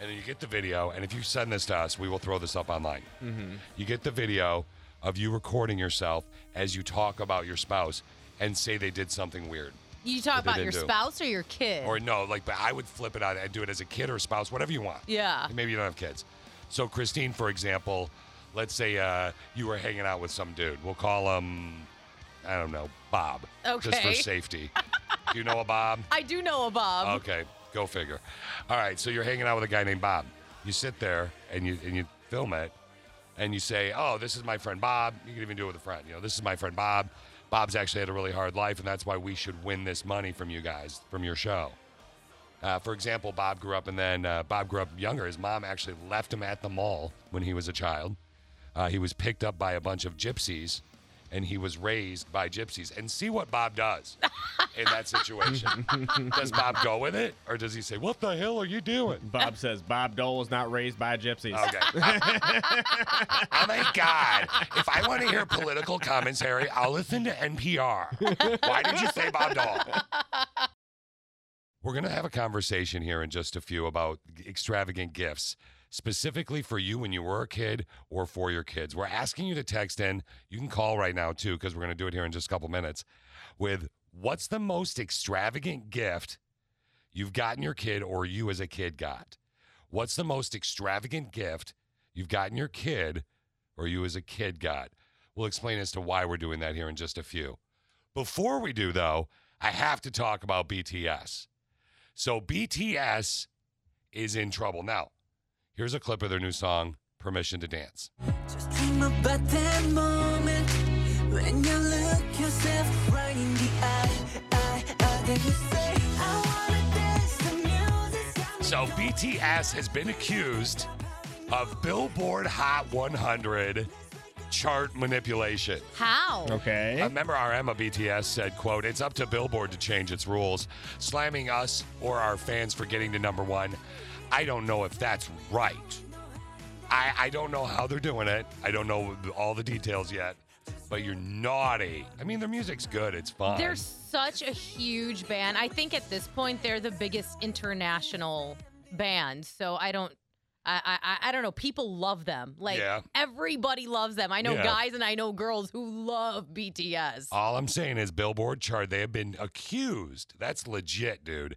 [SPEAKER 6] And then you get the video. And if you send this to us, we will throw this up online.
[SPEAKER 4] Mm-hmm.
[SPEAKER 6] You get the video of you recording yourself as you talk about your spouse and say they did something weird.
[SPEAKER 5] You talk
[SPEAKER 6] That they
[SPEAKER 5] about your
[SPEAKER 6] didn't do.
[SPEAKER 5] spouse or your kid?
[SPEAKER 6] Or no, like, but I would flip it out and do it as a kid or spouse, whatever you want.
[SPEAKER 5] Yeah.
[SPEAKER 6] Maybe you don't have kids. So, Christine, for example, let's say uh, you were hanging out with some dude. We'll call him, I don't know, Bob. Just for
[SPEAKER 5] Okay.
[SPEAKER 6] safety. do you know a Bob?
[SPEAKER 5] I do know um. a Bob.
[SPEAKER 6] Okay, go figure. All right, so you're hanging out with a guy named Bob. You sit there and you and you film it, and you say, "Oh, this is my friend Bob." You can even do it with a friend. You know, this is my friend Bob. Bob's actually had a really hard life, and that's why we should win this money from you guys from your show. Uh, for example, Bob grew up, and then uh, Bob grew up younger. His mom actually left him at the mall when he was a child. Uh, he was picked up by a bunch of gypsies, and he was raised by gypsies. And see what Bob does in that situation. does Bob go with it, or does he say, "What the hell are you doing?"
[SPEAKER 4] Bob says Bob Dole was not raised by gypsies.
[SPEAKER 6] Okay. oh my God! If I want to hear political commentary, I'll listen to NPR. Why did you say Bob Dole? We're gonna have a conversation here in just a few about extravagant gifts. Specifically for you when you were a kid or for your kids. We're asking you to text in. You can call right now too, because we're going to do it here in just a couple minutes. With what's the most extravagant gift you've gotten your kid or you as a kid got? What's the most extravagant gift you've gotten your kid or you as a kid got? We'll explain as to why we're doing that here in just a few. Before we do, though, I have to talk about BTS. So BTS is in trouble. Now, here's a clip of their new song, Permission to Dance.
[SPEAKER 7] Dream about that moment when you look yourself right in the eye, eye, eye. Then you say, I wanna dance the music.
[SPEAKER 6] So BTS has been accused of Billboard Hot 100 chart manipulation.
[SPEAKER 5] How?
[SPEAKER 6] Okay.
[SPEAKER 5] Eh?
[SPEAKER 6] A member our Emma BTS said, quote, it's up to Billboard to change its rules, slamming us or our fans for getting to number one. I don't know if that's right. I, I don't know how they're doing it. I don't know all the details yet, but you're naughty. I mean, their music's good. It's fun.
[SPEAKER 5] They're such a huge band. I think at this point they're the biggest international band. So I don't. I, I I don't know. People love them. Like
[SPEAKER 6] Yeah.
[SPEAKER 5] everybody loves them. I know
[SPEAKER 6] Yeah.
[SPEAKER 5] guys and I know girls who love BTS.
[SPEAKER 6] All I'm saying is Billboard chart. They have been accused. That's legit, dude.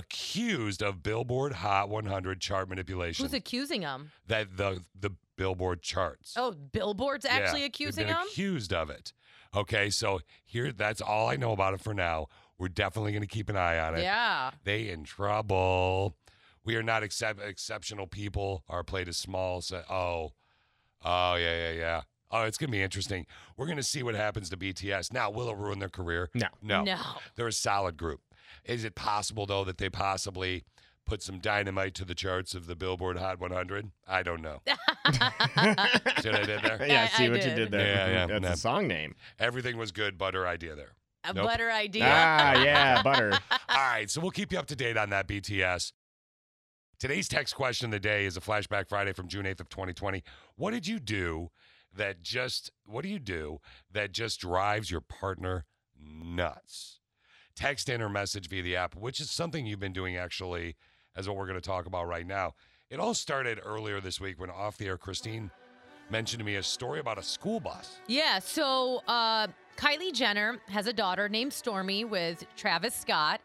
[SPEAKER 6] Accused of Billboard Hot 100 chart manipulation.
[SPEAKER 5] Who's accusing them?
[SPEAKER 6] that the the Billboard charts.
[SPEAKER 5] Oh, Billboard's
[SPEAKER 6] Yeah,
[SPEAKER 5] actually
[SPEAKER 6] they've
[SPEAKER 5] accusing
[SPEAKER 6] been
[SPEAKER 5] them.
[SPEAKER 6] Accused of it. Okay, so here that's all I know about it for now. We're definitely going to keep an eye on it.
[SPEAKER 5] Yeah.
[SPEAKER 6] They in trouble. We are not excep- exceptional people. Our plate is small. So, oh, oh yeah, yeah, yeah. Oh, it's going to be interesting. We're going to see what happens to BTS. Now, will it ruin their career? No, no,
[SPEAKER 5] No.
[SPEAKER 6] They're a solid group. Is it possible though that they possibly put some dynamite to the charts of the Billboard Hot 100? I don't know. see what I did there?
[SPEAKER 4] Yeah, I see what you did there.
[SPEAKER 6] Yeah, yeah.
[SPEAKER 4] That's
[SPEAKER 6] no.
[SPEAKER 4] a song name.
[SPEAKER 6] Everything was good, butter idea there.
[SPEAKER 5] A
[SPEAKER 6] Nope.
[SPEAKER 5] butter idea.
[SPEAKER 4] Ah, yeah, butter.
[SPEAKER 6] All right, so we'll keep you up to date on that, BTS. Today's text question of the day is a flashback Friday from June 8th of 2020. What did you do that just what do you do that just drives your partner nuts? Text in or message via the app, which is something you've been doing actually, as what we're going to talk about right now. It all started earlier this week when off the air Christine mentioned to me a story about a school bus.
[SPEAKER 5] Yeah, so uh, Kylie Jenner has a daughter named Stormy with Travis Scott.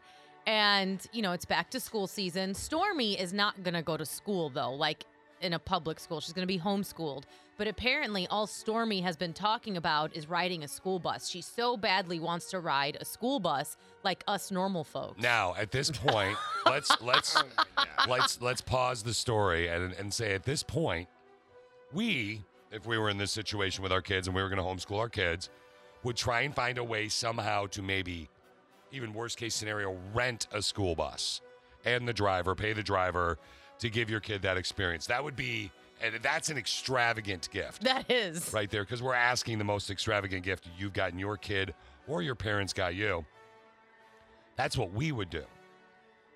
[SPEAKER 5] And, you know, it's back to school season. Stormy is not going to go to school, though, like in a public school. She's going to be homeschooled. But apparently, all Stormy has been talking about is riding a school bus. She so badly wants to ride a school bus like us normal folks.
[SPEAKER 6] Now, at this point, let's let's let's let's pause the story and and say at this point, we, if we were in this situation with our kids and we were going to homeschool our kids, would try and find a way somehow to maybe, even worst case scenario, rent a school bus and the driver, pay the driver to give your kid that experience. That would be, and that's an extravagant gift
[SPEAKER 5] That is.
[SPEAKER 6] right there because we're asking the most extravagant gift you've gotten your kid or your parents got you. That's what we would do.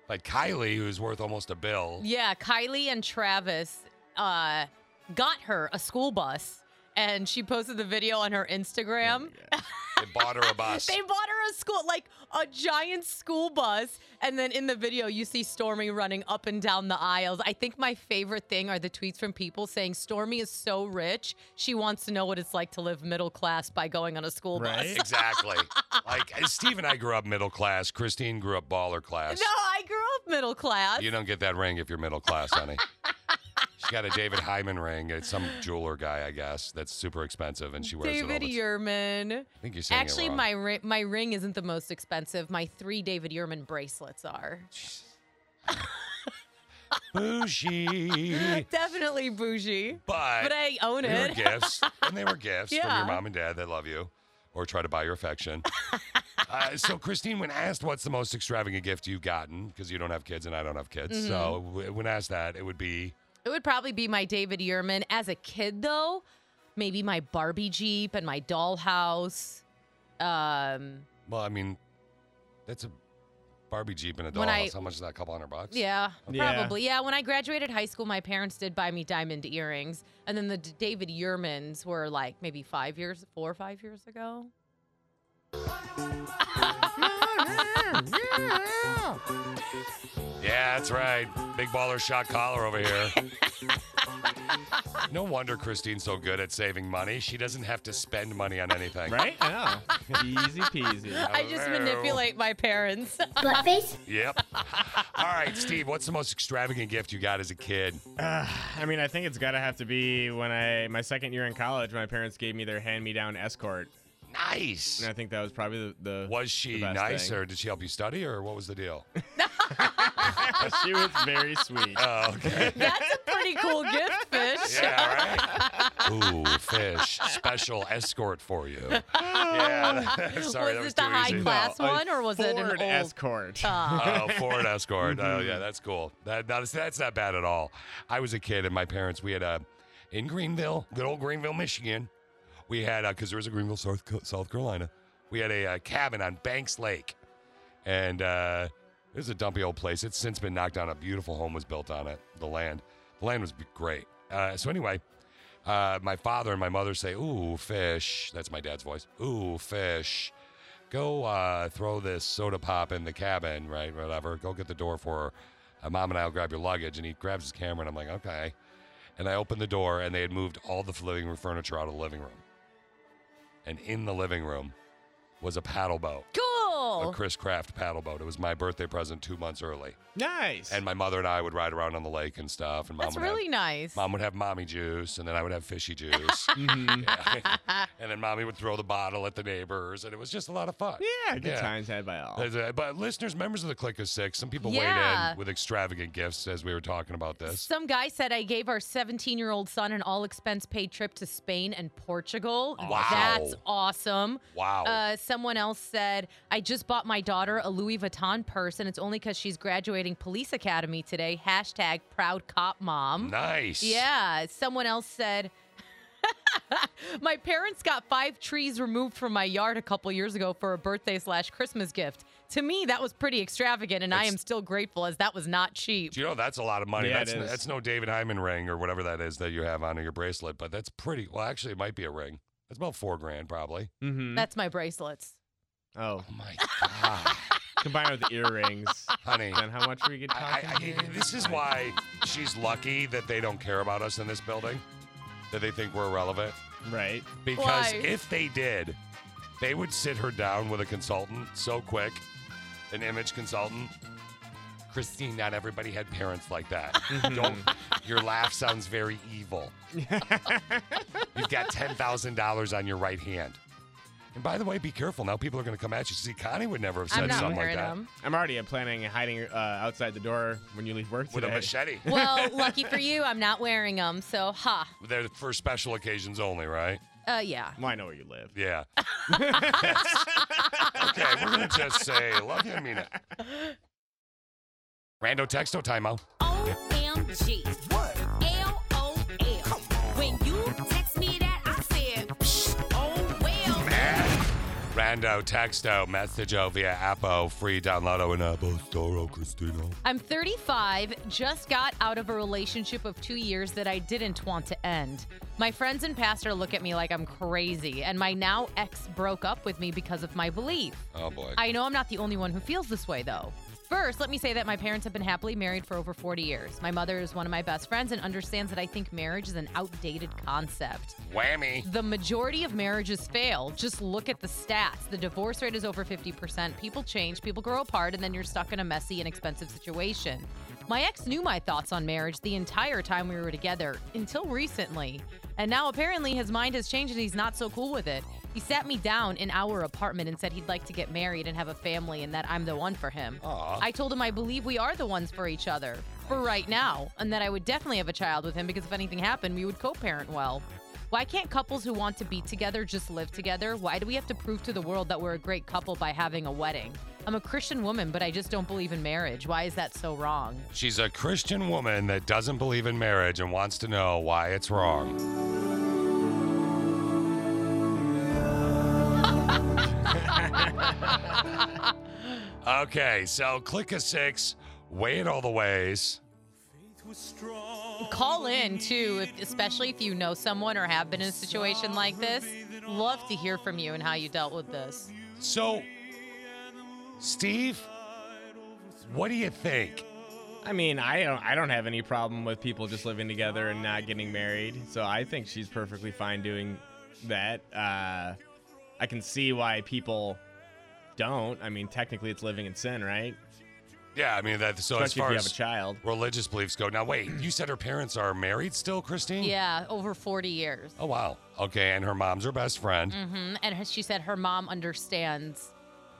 [SPEAKER 6] Like Kylie, who's worth almost a bill.
[SPEAKER 5] Yeah, Kylie and Travis uh, got her a school bus. And she posted the video on her Instagram.
[SPEAKER 6] They bought her a bus.
[SPEAKER 5] They bought her a school, like a giant school bus. And then in the video, you see Stormy running up and down the aisles. I think my favorite thing are the tweets from people saying Stormy is so rich, she wants to know what it's like to live middle class by going on a school bus.
[SPEAKER 6] Exactly. like Steve and I grew up middle class. Christine grew up baller class.
[SPEAKER 5] No, I grew up middle class.
[SPEAKER 6] You don't get that ring if you're middle class, honey. She's got a David Hyman ring. It's some jeweler guy, I guess, that's super expensive, and she wears it all
[SPEAKER 5] David
[SPEAKER 6] the
[SPEAKER 5] Yerman.
[SPEAKER 6] I think you're saying it
[SPEAKER 5] Actually,
[SPEAKER 6] wrong.
[SPEAKER 5] my ri- my ring isn't the most expensive. My three David Yerman bracelets are
[SPEAKER 6] Bougie.
[SPEAKER 5] definitely bougie.
[SPEAKER 6] But,
[SPEAKER 5] But I own
[SPEAKER 6] they
[SPEAKER 5] it.
[SPEAKER 6] Were gifts, and they were gifts from
[SPEAKER 5] Yeah.
[SPEAKER 6] your mom and dad that love you or try to buy your affection. uh, so, Christine, when asked what's the most extravagant gift you've gotten, because you don't have kids and I don't have kids, so
[SPEAKER 5] Mm-hmm.
[SPEAKER 6] w- when asked that, it would be
[SPEAKER 5] It would probably be my David Yerman. As a kid, though, maybe my Barbie Jeep and my dollhouse. Um,
[SPEAKER 6] well, I mean, that's a Barbie Jeep and a
[SPEAKER 5] When I-
[SPEAKER 6] dollhouse. How much is that? A couple hundred bucks?
[SPEAKER 5] yeah,
[SPEAKER 6] Yeah.
[SPEAKER 5] probably. Yeah, when I graduated high school, my parents did buy me diamond earrings. And then the D- David Yermans were like maybe five years, four or five years ago.
[SPEAKER 6] Yeah, that's right. Big baller shot collar over here. no wonder Christine's so good at saving money. She doesn't have to spend money on anything.
[SPEAKER 1] Right?
[SPEAKER 6] Yeah.
[SPEAKER 1] Easy peasy.
[SPEAKER 5] I just
[SPEAKER 6] Oh,
[SPEAKER 5] manipulate my parents.
[SPEAKER 19] Buttface?
[SPEAKER 6] Yep. All right, Steve, what's the most extravagant gift you got as a kid?
[SPEAKER 1] Uh, I mean, I think it's got to have to be when I my second year in college. My parents gave me their hand-me-down escort.
[SPEAKER 6] Nice.
[SPEAKER 1] And I think that was probably the, the
[SPEAKER 6] was she nice or did she help you study or what was the deal?
[SPEAKER 1] she was very sweet.
[SPEAKER 6] Oh, okay.
[SPEAKER 5] That's a pretty cool gift, Fish.
[SPEAKER 6] Yeah, right. Ooh, fish. Special escort for you. Yeah. Sorry, that was
[SPEAKER 5] was it the
[SPEAKER 6] too
[SPEAKER 5] high
[SPEAKER 6] easy.
[SPEAKER 5] class one or was it an
[SPEAKER 1] Ford
[SPEAKER 5] old
[SPEAKER 1] escort?
[SPEAKER 6] Oh, Ford Escort. Oh, yeah, that's cool. That, that is- that's not bad at all. I was a kid, and my parents, we had a, in Greenville, good old Greenville, Michigan, we had, because there was a Greenville, South, Co- South Carolina, we had a, uh cabin on Banks Lake. And uh, it was a dumpy old place. It's since been knocked down. A beautiful home was built on it, the land. The land was b- great. Uh, so, anyway, uh, my father and my mother say, Ooh, fish. That's my dad's voice. Ooh, fish go uh, throw this soda pop in the cabin, right? Whatever. Go get the door for her. Uh, Mom and I'll grab your luggage. And he grabs his camera, and I'm like, okay. And I open the door, and they had moved all the living room furniture out of the living room. And in the living room was a paddle boat, a
[SPEAKER 5] Cool.
[SPEAKER 6] Chris Craft paddle boat. It was my birthday present two months early.
[SPEAKER 1] Nice.
[SPEAKER 6] And my mother and I would ride around on the lake and stuff. And mom
[SPEAKER 5] That's
[SPEAKER 6] would have-
[SPEAKER 5] really nice.
[SPEAKER 6] Mom would have mommy juice, and then I would have fishy juice.
[SPEAKER 5] Mm-hmm.
[SPEAKER 6] Yeah. and then mommy would throw the bottle at the neighbors, and it was just a lot of fun.
[SPEAKER 1] Yeah, good times had by all.
[SPEAKER 6] There's a- But listeners, members of the Click of Six, some people weighed
[SPEAKER 5] Yeah.
[SPEAKER 6] in with extravagant gifts as we were talking about this.
[SPEAKER 5] Some guy said I gave our 17 year old son an all expense paid trip to Spain and Portugal.
[SPEAKER 6] Wow.
[SPEAKER 5] That's awesome.
[SPEAKER 6] Wow.
[SPEAKER 5] Uh, someone else said, I just bought my daughter a Louis Vuitton purse, and it's only because she's graduating police academy today. Hashtag proud cop mom.
[SPEAKER 6] Nice.
[SPEAKER 5] Yeah. Someone else said, my parents got five trees removed from my yard a couple years ago for a birthday slash Christmas gift. To me, that was pretty extravagant, and I am still grateful as that was not cheap.
[SPEAKER 6] Do you know that's a lot of money?
[SPEAKER 1] Yeah, it
[SPEAKER 6] that's,
[SPEAKER 1] is.
[SPEAKER 6] that's no David Hyman ring or whatever that is that you have on your bracelet, but that's pretty. Well, actually, it might be a ring. That's about four grand, probably.
[SPEAKER 1] Mm-hmm.
[SPEAKER 5] That's my bracelets.
[SPEAKER 1] oh.
[SPEAKER 6] my God.
[SPEAKER 1] Combined with earrings.
[SPEAKER 6] Honey.
[SPEAKER 1] Then how much we get
[SPEAKER 6] I, I, this is why she's lucky that they don't care about us in this building, that they think we're irrelevant.
[SPEAKER 1] Right.
[SPEAKER 6] Because
[SPEAKER 1] Why?
[SPEAKER 6] if they did, they would sit her down with a consultant so quick, an image consultant. Christine, not everybody had parents like that. Don't, your laugh sounds very evil. You've got $10,000 on your right hand. And by the way, be careful. Now people are going to come at you. See, Connie would never have said something like that.
[SPEAKER 1] I'm already planning on hiding uh, outside the door when you leave work
[SPEAKER 6] With a
[SPEAKER 1] today.
[SPEAKER 6] machete.
[SPEAKER 5] Well, lucky for you, I'm not wearing them. So, ha.
[SPEAKER 6] They're for special occasions only, right?
[SPEAKER 5] Uh, yeah.
[SPEAKER 1] Well, I know where you live.
[SPEAKER 6] Yeah. okay, we're going to just say, love you, I mean it. Rando texto timeout.
[SPEAKER 7] OMG. What? L O L. When you text me that, I said, Psh, oh well.
[SPEAKER 6] Rando, texto, messageo oh, via Apple, free downloado in Apple Store, oh, Christino.
[SPEAKER 5] I'm 35, just got out of a relationship of two years that I didn't want to end. My friends and pastor look at me like I'm crazy, and my now ex broke up with me because of my belief.
[SPEAKER 6] Oh, boy.
[SPEAKER 5] I know I'm not the only one who feels this way, though. First, let me say that my parents have been happily married for over 40 years. My mother is one of my best friends and understands that I think marriage is an outdated concept.
[SPEAKER 6] Whammy.
[SPEAKER 5] The majority of marriages fail. Just look at the stats. The divorce rate is over 50%. People change, people grow apart, and then you're stuck in a messy and expensive situation. My ex knew my thoughts on marriage the entire time we were together, until recently. And now apparently his mind has changed and he's not so cool with it. He sat me down in our apartment and said he'd like to get married and have a family and that I'm the one for him. I told him I believe we are the ones for each other for right now and that I would definitely have a child with him because if anything happened, we would co parent well. Why can't couples who want to be together just live together? Why do we have to prove to the world that we're a great couple by having a wedding? I'm a Christian woman, but I just don't believe in marriage. Why is that so wrong?
[SPEAKER 6] She's a Christian woman that doesn't believe in marriage and wants to know why it's wrong. Okay, so click a six, weigh it all the ways.
[SPEAKER 5] Call in too, if, especially if you know someone or have been in a situation like this. Love to hear from you and how you dealt with this.
[SPEAKER 6] So, Steve, what do you think?
[SPEAKER 1] I mean, I don't I don't have any problem with people just living together and not getting married. So I think she's perfectly fine doing that. Uh, I can see why people don't. I mean, technically it's living in sin, right?
[SPEAKER 6] Yeah, I mean that. So as
[SPEAKER 1] Especially if
[SPEAKER 6] far
[SPEAKER 1] you
[SPEAKER 6] as
[SPEAKER 1] have a child,
[SPEAKER 6] religious beliefs go. Now wait, you said her parents are married still, Christine?
[SPEAKER 5] Yeah, over 40 years.
[SPEAKER 6] Oh wow. Okay, and her mom's her best friend.
[SPEAKER 5] hmm And her, she said her mom understands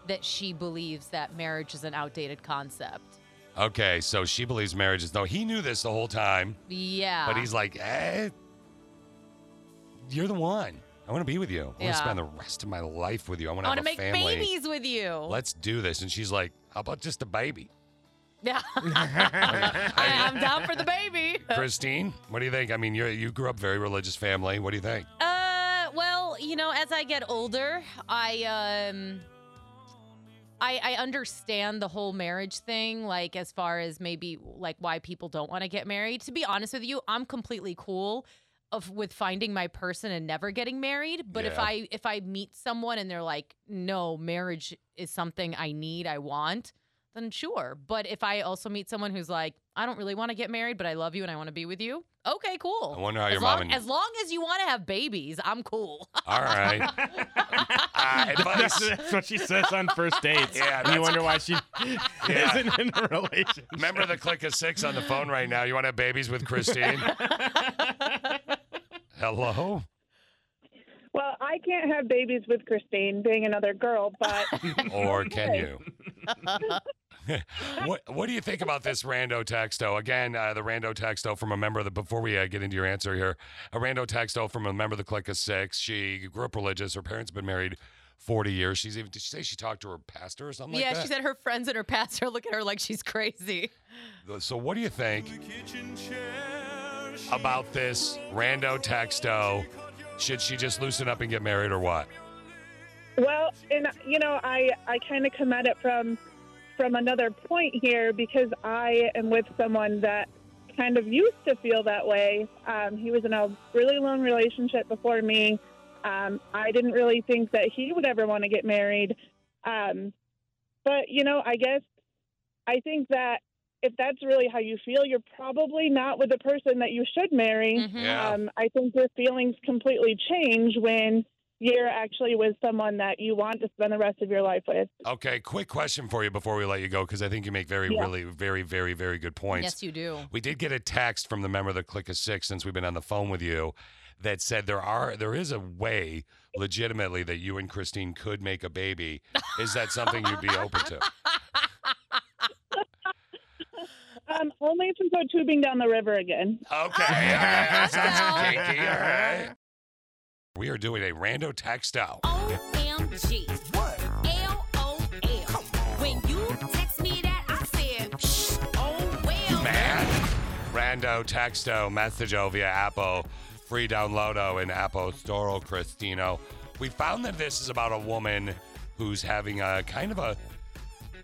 [SPEAKER 5] that she believes that marriage is an outdated concept.
[SPEAKER 6] Okay, so she believes marriage is no. He knew this the whole time,
[SPEAKER 5] Yeah.
[SPEAKER 6] but he's like, eh, you're the one. I want to be with you. I want to
[SPEAKER 5] Yeah.
[SPEAKER 6] spend the rest of my life with you. I want
[SPEAKER 5] I
[SPEAKER 6] to
[SPEAKER 5] want
[SPEAKER 6] have
[SPEAKER 5] to
[SPEAKER 6] a
[SPEAKER 5] make
[SPEAKER 6] family.
[SPEAKER 5] babies with you.
[SPEAKER 6] Let's do this. And she's like, how about just a baby?
[SPEAKER 5] Yeah. I, I'm down for the baby.
[SPEAKER 6] Christine, what do you think? I mean, you you grew up very religious family. What do you think?
[SPEAKER 5] Uh, well, you know, as I get older, I um, I I understand the whole marriage thing, like as far as maybe like why people don't want to get married. To be honest with you, I'm completely cool of with finding my person and never getting married. But if
[SPEAKER 8] Yeah.
[SPEAKER 5] I if I meet someone and they're like, no, marriage is something I need, I want. Then sure. But if I also meet someone who's like, I don't really want to get married, but I love you and I want to be with you, okay, cool.
[SPEAKER 6] I wonder how
[SPEAKER 5] as
[SPEAKER 6] your
[SPEAKER 5] long,
[SPEAKER 6] mom and-
[SPEAKER 5] as long as you want to have babies, I'm cool.
[SPEAKER 6] All right. Uh, advice.
[SPEAKER 1] That's, that's what she says on first dates.
[SPEAKER 6] Yeah,
[SPEAKER 1] and
[SPEAKER 6] that's-
[SPEAKER 1] you wonder why she
[SPEAKER 6] Yeah.
[SPEAKER 1] isn't in a relationship.
[SPEAKER 6] Remember the click of six on the phone right now. You want to have babies with Christine? Hello?
[SPEAKER 9] Well, I can't have babies with Christine being another girl, but
[SPEAKER 6] Or can you? What What do you think about this rando texto? Again, uh, the rando texto from a member of the. Before we uh, get into your answer here, a rando texto from a member of the clique of six. She grew up religious. Her parents have been married forty years. She's even. Did she say she talked to her pastor or something
[SPEAKER 5] yeah,
[SPEAKER 6] like that?
[SPEAKER 5] she said her friends and her pastor look at her like she's crazy.
[SPEAKER 6] So, what do you think about this rando texto? Should she just loosen up and get married or what?
[SPEAKER 9] well, and you know, I I kind of come at it from from another point here because I am with someone that kind of used to feel that way. Um, he was in a really long relationship before me. Um, I didn't really think that he would ever want to get married. Um, but you know, I guess I think that if that's really how you feel, you're probably not with the person that you should marry.
[SPEAKER 13] Mm.
[SPEAKER 5] Hmm. Mm-hmm.
[SPEAKER 6] Yeah.
[SPEAKER 9] Um, I think your feelings completely change when you're actually with someone that you want to spend the rest of your life with.
[SPEAKER 6] Okay, quick question for you before we let you go because I think you make very,
[SPEAKER 9] Yeah.
[SPEAKER 6] really, very, very, very good points.
[SPEAKER 5] Yes, you do.
[SPEAKER 6] We did get a text from the member of the Click of Six since we've been on the phone with you that said there are there is a way legitimately that you and Christine could make a baby. Is that something you'd be open to?
[SPEAKER 9] Um, only if we go tubing down the river again.
[SPEAKER 6] Okay. Sounds kinky, all right. We are doing a rando text out.
[SPEAKER 7] OMG. What? LOL. When you text me that, I said, Shh, oh well.
[SPEAKER 6] Man. Rando texto messaggio via Apple, free downloado in Apple Store, Cristino. We found that this is about a woman who's having a kind of a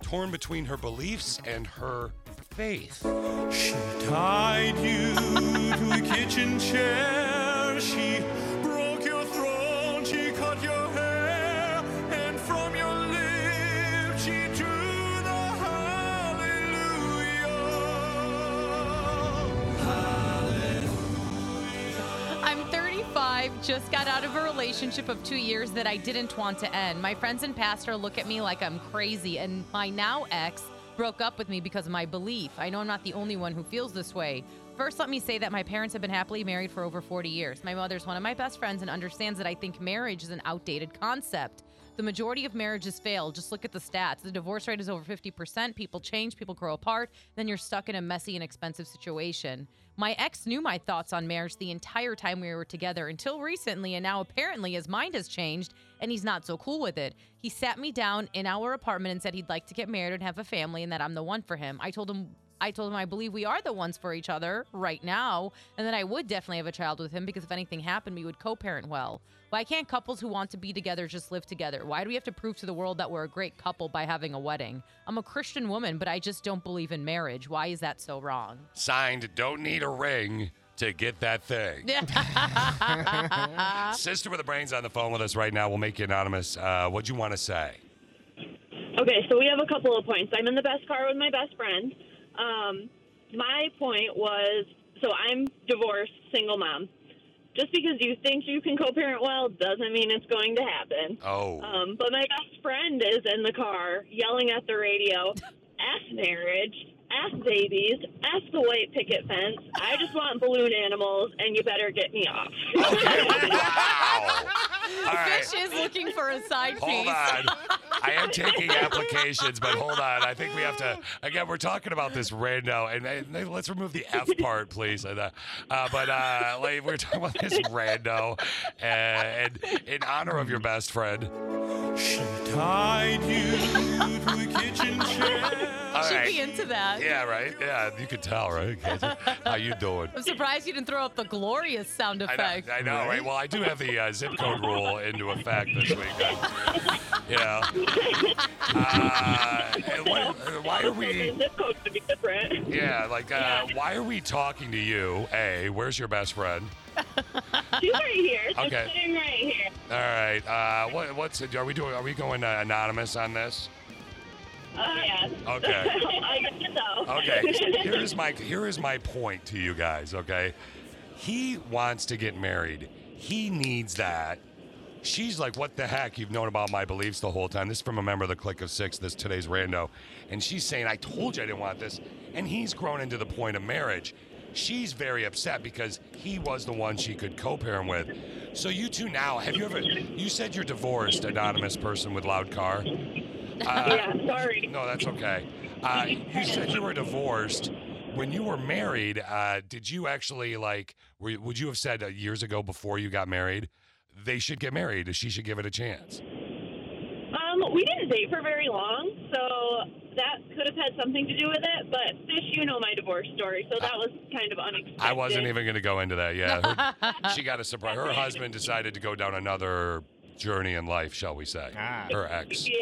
[SPEAKER 6] torn between her beliefs and her faith. She
[SPEAKER 7] tied you to a kitchen chair. She broke your throne. She cut your hair. And from your lips, she drew the hallelujah.
[SPEAKER 5] I'm 35, just got out of a relationship of two years that I didn't want to end. My friends and pastor look at me like I'm crazy, and my now ex broke up with me because of my belief. I know I'm not the only one who feels this way. First, let me say that my parents have been happily married for over 40 years. My mother's one of my best friends and understands that I think marriage is an outdated concept. The majority of marriages fail. Just look at the stats. The divorce rate is over 50%. People change, people grow apart, then you're stuck in a messy and expensive situation. My ex knew my thoughts on marriage the entire time we were together until recently, and now apparently his mind has changed and he's not so cool with it. He sat me down in our apartment and said he'd like to get married and have a family and that I'm the one for him. I told him I told him I believe we are the ones for each other right now, and that I would definitely have a child with him because if anything happened, we would co parent well. Why can't couples who want to be together just live together? Why do we have to prove to the world that we're a great couple by having a wedding? I'm a Christian woman, but I just don't believe in marriage. Why is that so wrong?
[SPEAKER 6] signed, don't need a ring to get that thing. Sister with the Brains on the phone with us right now. We'll make you anonymous. Uh, what'd you want to say?
[SPEAKER 8] Okay, so we have a couple of points. I'm in the best car with my best friend. Um, my point was so I'm divorced, single mom. Just because you think you can co parent well doesn't mean it's going to happen.
[SPEAKER 6] Oh.
[SPEAKER 8] Um, but my best friend is in the car yelling at the radio, F marriage, F babies, F the white picket fence. I just want balloon animals, and you better get me off.
[SPEAKER 11] Oh.
[SPEAKER 6] right.
[SPEAKER 5] Fish is looking for a side
[SPEAKER 6] Hold
[SPEAKER 5] piece.
[SPEAKER 6] on. I am taking applications, but hold on. I think we have to. Again, we're talking about this rando, and, and let's remove the F part, please. And, uh, uh, but uh, like, we're talking about this rando, uh, and in honor of your best friend. She tied you to a kitchen chair. All
[SPEAKER 5] Should
[SPEAKER 6] right.
[SPEAKER 5] be into that.
[SPEAKER 6] Yeah, right. Yeah, you can tell, right? How you doing?
[SPEAKER 5] I'm surprised you didn't throw up the glorious sound
[SPEAKER 6] I
[SPEAKER 5] effect.
[SPEAKER 6] know, I know, right? Well, I do have the uh, zip code rule into effect this week. uh, you know. Uh, and what- uh, why are we?
[SPEAKER 8] Zip code would be different.
[SPEAKER 6] Yeah, like, uh, why are we talking to you? A, where's your best friend?
[SPEAKER 8] She's right here. She's
[SPEAKER 6] Okay.
[SPEAKER 8] sitting right here.
[SPEAKER 6] All right. Uh, what, what's are we doing? Are we going uh, anonymous on this?
[SPEAKER 8] Uh, yeah.
[SPEAKER 6] Okay.
[SPEAKER 8] I guess so.
[SPEAKER 6] Okay. Here is my here is my point to you guys. Okay, he wants to get married. He needs that. She's like, "What the heck? You've known about my beliefs the whole time." This is from a member of the Click of Six. This today's rando, and she's saying, "I told you I didn't want this." And he's grown into the point of marriage. She's very upset because he was the one she could co-parent with. So you two now, have you ever? You said you're divorced, anonymous person with loud car.
[SPEAKER 8] Yeah, sorry.
[SPEAKER 6] uh, No, that's okay. Uh, you said you were divorced. When you were married, uh, did you actually like? Were, you- would you have said uh, years ago before you got married, they should get married? She should give it a chance.
[SPEAKER 8] Um, we didn't date for very long, so that could have had something to do with it. But fish, you know my divorce story, so that was kind of unexpected.
[SPEAKER 6] I wasn't even going to go into that. Yeah, Her- she got a surprise. Her husband decided to go down another journey in life, shall we say?
[SPEAKER 5] Ah.
[SPEAKER 6] Her ex.
[SPEAKER 8] Yeah.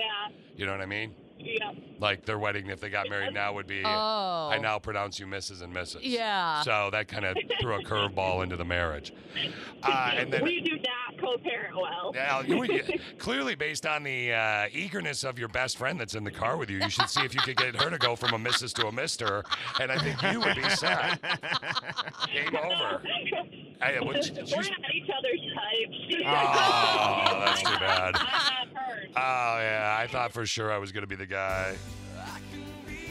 [SPEAKER 6] You know what I mean?
[SPEAKER 8] Yeah.
[SPEAKER 6] Like their wedding, if they got married now, would be
[SPEAKER 5] Oh.
[SPEAKER 6] I now pronounce you Mrs. and Mrs.
[SPEAKER 5] Yeah.
[SPEAKER 6] So that kind of threw a curveball into the marriage. Uh, and then
[SPEAKER 8] we do not co-parent well.
[SPEAKER 6] Now, you- you- clearly, based on the uh, eagerness of your best friend that's in the car with you, you should see if you could get her to go from a Mrs. to a Mister, and I think you would be set. Game over. Hey, what-
[SPEAKER 8] We're not each other's types.
[SPEAKER 6] Oh, that's too bad.
[SPEAKER 8] I have heard.
[SPEAKER 6] Oh yeah, I thought for sure I was gonna be the guy.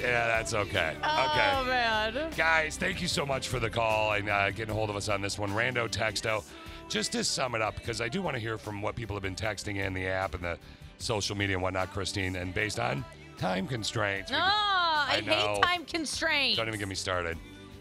[SPEAKER 6] Yeah, that's okay. Okay.
[SPEAKER 5] Oh man.
[SPEAKER 6] Guys, thank you so much for the call and uh, getting a hold of us on this one. Rando Texto. Just to sum it up, because I do want to hear from what people have been texting in the app and the social media and whatnot, Christine. And based on time constraints, we
[SPEAKER 5] No, I,
[SPEAKER 6] know.
[SPEAKER 5] hate time constraints.
[SPEAKER 6] don't even get me started.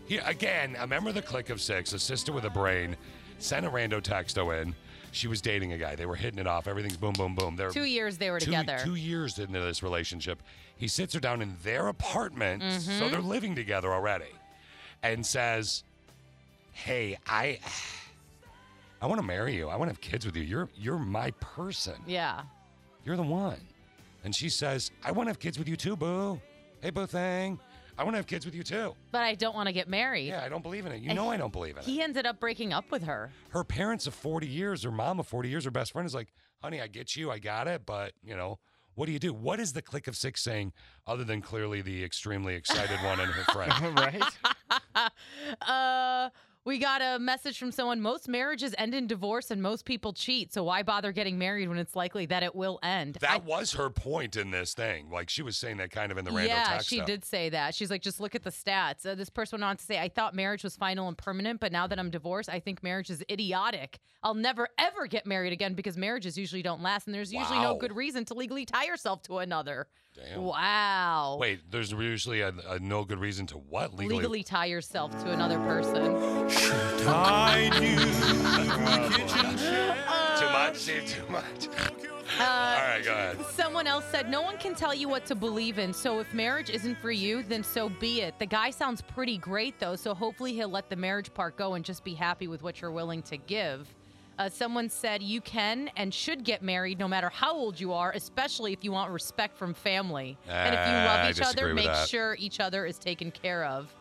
[SPEAKER 6] Here again, a member of the Click of Six, a sister with a brain, sent a rando texto in. She was dating a guy. They were hitting it off. Everything's boom, boom, boom. They're
[SPEAKER 5] Two years they were
[SPEAKER 6] two-
[SPEAKER 5] together.
[SPEAKER 6] Two years into this relationship, he sits her down in their apartment, so
[SPEAKER 5] Mhm.
[SPEAKER 6] they're living together already, and says, "Hey, I, I want to marry you. I want to have kids with you. You're you're my person.
[SPEAKER 5] Yeah.
[SPEAKER 6] You're the one." And she says, "I want to have kids with you too, boo. Hey, boo thing. I want to have kids with you too."
[SPEAKER 5] But I don't want to get married.
[SPEAKER 6] Yeah, I don't believe in it. You
[SPEAKER 5] And
[SPEAKER 6] know I
[SPEAKER 5] he-
[SPEAKER 6] don't believe in it.
[SPEAKER 5] He ended up breaking up with her.
[SPEAKER 6] her parents of 40 years, her mom of 40 years, her best friend is like, honey, I get you. I got it. But, you know, what do you do? What is the click of six saying other than clearly the extremely excited one and her friend? right?
[SPEAKER 5] Uh, we got a message from someone. Most marriages end in divorce, and most people cheat. So why bother getting married when it's likely that it will end?
[SPEAKER 6] That was her point in this thing. Like, she was saying that kind of in the random
[SPEAKER 5] yeah,
[SPEAKER 6] text.
[SPEAKER 5] she
[SPEAKER 6] though.
[SPEAKER 5] did say that. She's like, just look at the stats. Uh, this person went on to say, I thought marriage was final and permanent, but now that I'm divorced, I think marriage is idiotic. I'll never, ever get married again because marriages usually don't last, and there's usually no
[SPEAKER 6] Wow.
[SPEAKER 5] good reason to legally tie yourself to another.
[SPEAKER 6] Damn.
[SPEAKER 5] Wow.
[SPEAKER 6] Wait, there's usually a, a no good reason to what legally?
[SPEAKER 5] Legally tie yourself to another person.
[SPEAKER 6] Tied you. too much, Steve, too much.
[SPEAKER 5] Uh,
[SPEAKER 6] All right, go ahead.
[SPEAKER 5] Someone else said, No one can tell you what to believe in. So if marriage isn't for you, then so be it. The guy sounds pretty great, though. So hopefully he'll let the marriage part go and just be happy with what you're willing to give. Uh, someone said, You can and should get married no matter how old you are, especially if you want respect from family. and if you
[SPEAKER 6] Ah, I
[SPEAKER 5] love each
[SPEAKER 6] disagree
[SPEAKER 5] other,
[SPEAKER 6] with
[SPEAKER 5] make
[SPEAKER 6] that.
[SPEAKER 5] sure each other is taken care of.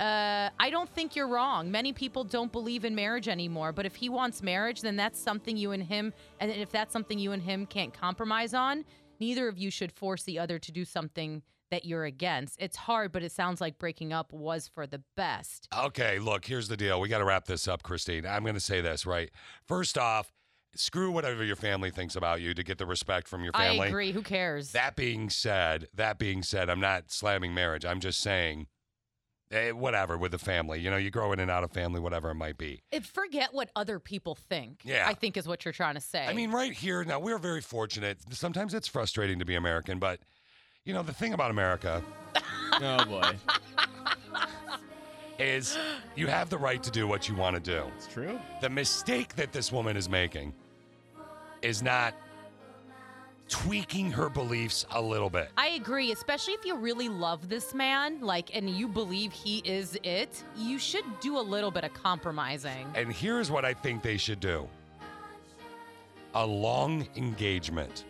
[SPEAKER 5] Uh, I don't think you're wrong. Many people don't believe in marriage anymore, but if he wants marriage, then that's something you and him, and if that's something you and him can't compromise on, neither of you should force the other to do something that you're against. It's hard, but it sounds like breaking up was for the best.
[SPEAKER 6] Okay, look, here's the deal. We got to wrap this up, Christine. I'm going to say this, right? First off, screw whatever your family thinks about you to get the respect from your family.
[SPEAKER 5] I agree. Who cares?
[SPEAKER 6] That being said, that being said, I'm not slamming marriage. I'm just saying, eh, whatever with the family. You know, you grow in and out of family, whatever it might be.
[SPEAKER 5] It, forget what other people think.
[SPEAKER 6] Yeah.
[SPEAKER 5] I think is what you're trying to say.
[SPEAKER 6] I mean, right here, now we're very fortunate. Sometimes it's frustrating to be American, but you know, the thing about America.
[SPEAKER 1] oh boy.
[SPEAKER 6] Is you have the right to do what you want to do. It's
[SPEAKER 1] true.
[SPEAKER 6] The mistake that this woman is making is not tweaking her beliefs a little bit.
[SPEAKER 5] I agree, especially if you really love this man, like, and you believe he is it, you should do a little bit of compromising.
[SPEAKER 6] And here's what I think they should do a long engagement.